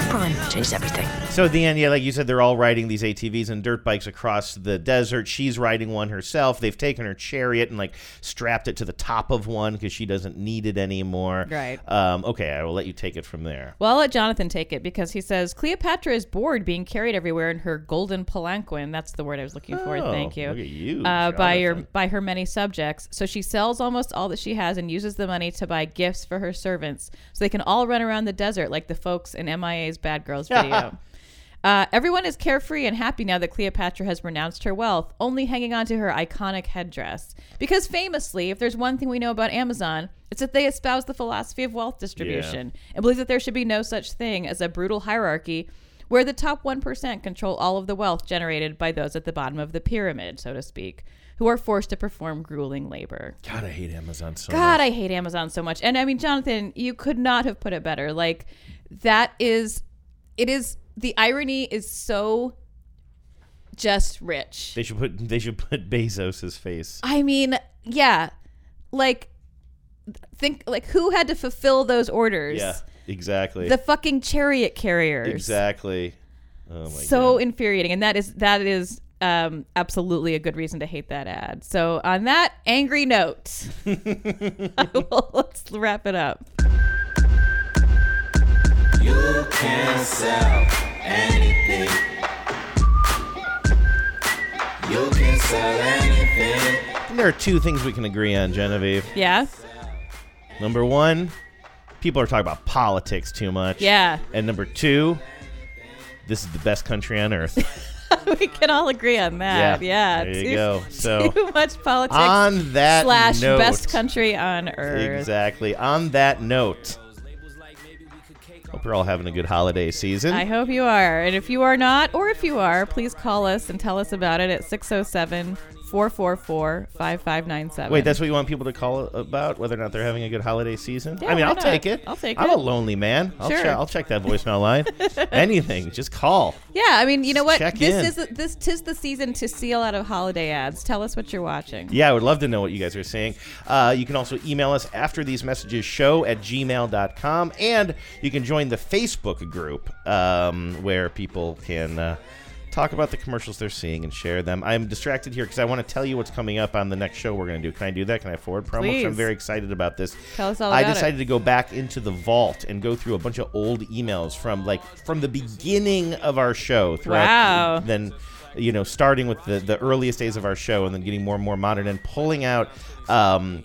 [SPEAKER 16] Prime changed everything.
[SPEAKER 5] So at the end, yeah, like you said, they're all riding these ATVs and dirt bikes across the desert. She's riding one herself. They've taken her chariot and like strapped it to the top of one because she doesn't need it anymore.
[SPEAKER 7] Right.
[SPEAKER 5] Um, okay, I will let you take it from there.
[SPEAKER 7] Well, I'll let Jonathan take it because he says Cleopatra is bored being carried everywhere in her golden palanquin. That's the word I was looking for.
[SPEAKER 5] Oh,
[SPEAKER 7] Thank you.
[SPEAKER 5] look at you,
[SPEAKER 7] uh, by your
[SPEAKER 5] Jonathan.
[SPEAKER 7] by her many subjects. So she sells almost all that she has and uses the money to buy gifts for her servants, so they can all run around the desert like the folks in MIA's Bad Girls video. Uh, everyone is carefree and happy now that Cleopatra has renounced her wealth, only hanging on to her iconic headdress. Because famously, if there's one thing we know about Amazon, it's that they espouse the philosophy of wealth distribution and believe that there should be no such thing as a brutal hierarchy where the top 1% control all of the wealth generated by those at the bottom of the pyramid, so to speak, who are forced to perform grueling labor.
[SPEAKER 5] God, I hate Amazon so much.
[SPEAKER 7] God, I hate Amazon so much. And I mean, Jonathan, you could not have put it better. Like that is it is the irony is so just rich.
[SPEAKER 5] They should put they should put Bezos's face.
[SPEAKER 7] I mean, yeah. Like think like who had to fulfill those orders?
[SPEAKER 5] Yeah, exactly.
[SPEAKER 7] The fucking chariot carriers.
[SPEAKER 5] exactly. Oh my
[SPEAKER 7] so infuriating and that is that is um, absolutely a good reason to hate that ad. So on that
[SPEAKER 5] *laughs*
[SPEAKER 7] angry note, *laughs* I will, let's wrap it up.
[SPEAKER 17] You can sell anything. You can sell anything.
[SPEAKER 5] And there are two things we can agree on, Genevieve.
[SPEAKER 7] Yeah.
[SPEAKER 5] Number one, people are talking about politics too much.
[SPEAKER 7] Yeah.
[SPEAKER 5] And number two, this is the best country on earth.
[SPEAKER 7] *laughs* we can all agree on that.
[SPEAKER 5] Yeah.
[SPEAKER 7] Yeah.
[SPEAKER 5] There you
[SPEAKER 7] *laughs* too,
[SPEAKER 5] go. So,
[SPEAKER 7] too much politics.
[SPEAKER 5] on that
[SPEAKER 7] slash
[SPEAKER 5] note-
[SPEAKER 7] best country on earth.
[SPEAKER 5] Exactly. On that note, hope you're all having a good holiday season.
[SPEAKER 7] I hope you are. And if you are not, or if you are, please call us and tell us about it at 607 444 5597.
[SPEAKER 5] Wait, that's what you want people to call about whether or not they're having a good holiday season?
[SPEAKER 7] Yeah,
[SPEAKER 5] I mean,
[SPEAKER 7] why
[SPEAKER 5] I'll
[SPEAKER 7] not?
[SPEAKER 5] take it.
[SPEAKER 7] I'll take
[SPEAKER 5] I'm
[SPEAKER 7] it.
[SPEAKER 5] a lonely man. I'll,
[SPEAKER 7] Sure.
[SPEAKER 5] check, I'll check that voicemail
[SPEAKER 7] *laughs*
[SPEAKER 5] line. Anything, just call.
[SPEAKER 7] Yeah, I mean, you know what?
[SPEAKER 5] Check in.
[SPEAKER 7] this is this tis the season to seal out of holiday ads. Tell us what you're watching.
[SPEAKER 5] Yeah, I would love to know what you guys are saying. Uh, you can also email us after these messages show at gmail.com. And you can join the Facebook group um, where people can uh, talk about the commercials they're seeing and share them. I'm distracted here because I want to tell you what's coming up on the next show we're going to do. Can I do that? Can I forward promo? 'Cause I'm
[SPEAKER 7] Please.
[SPEAKER 5] very excited about this.
[SPEAKER 7] Tell us all
[SPEAKER 5] I
[SPEAKER 7] about it.
[SPEAKER 5] decided to go back into the vault and go through a bunch of old emails from like from the beginning of our show throughout
[SPEAKER 7] Wow.
[SPEAKER 5] then you know starting with the the earliest days of our show and then getting more and more modern and pulling out um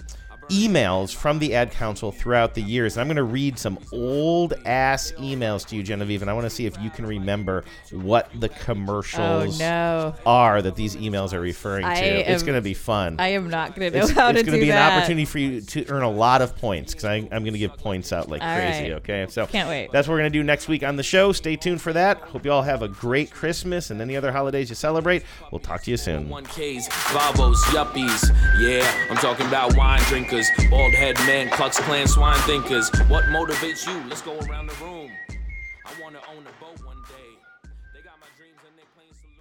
[SPEAKER 5] emails from the ad council throughout the years and i'm going to read some old ass emails to you genevieve and i want to see if you can remember what the commercials
[SPEAKER 7] Oh, no.
[SPEAKER 5] are that these emails are referring
[SPEAKER 7] I
[SPEAKER 5] to it's
[SPEAKER 7] am-
[SPEAKER 5] going to be fun
[SPEAKER 7] I am not going to know
[SPEAKER 5] it's,
[SPEAKER 7] how to
[SPEAKER 5] going
[SPEAKER 7] do
[SPEAKER 5] be
[SPEAKER 7] that.
[SPEAKER 5] an opportunity for you to earn a lot of points because I'm going to give points out like
[SPEAKER 7] All
[SPEAKER 5] crazy.
[SPEAKER 7] right.
[SPEAKER 5] Okay, so
[SPEAKER 7] Can't wait.
[SPEAKER 5] That's what we're going to do next week on the show. Stay tuned for that. Hope you all have a great Christmas and any other holidays you celebrate. We'll talk to you soon.
[SPEAKER 19] 1Ks, Vavos, yuppies. Yeah, I'm talking about wine drinkers, bald head men, Klux Klan swine thinkers. What motivates you? Let's go around the room. I want to own a boat one day. They got my dreams and they claim.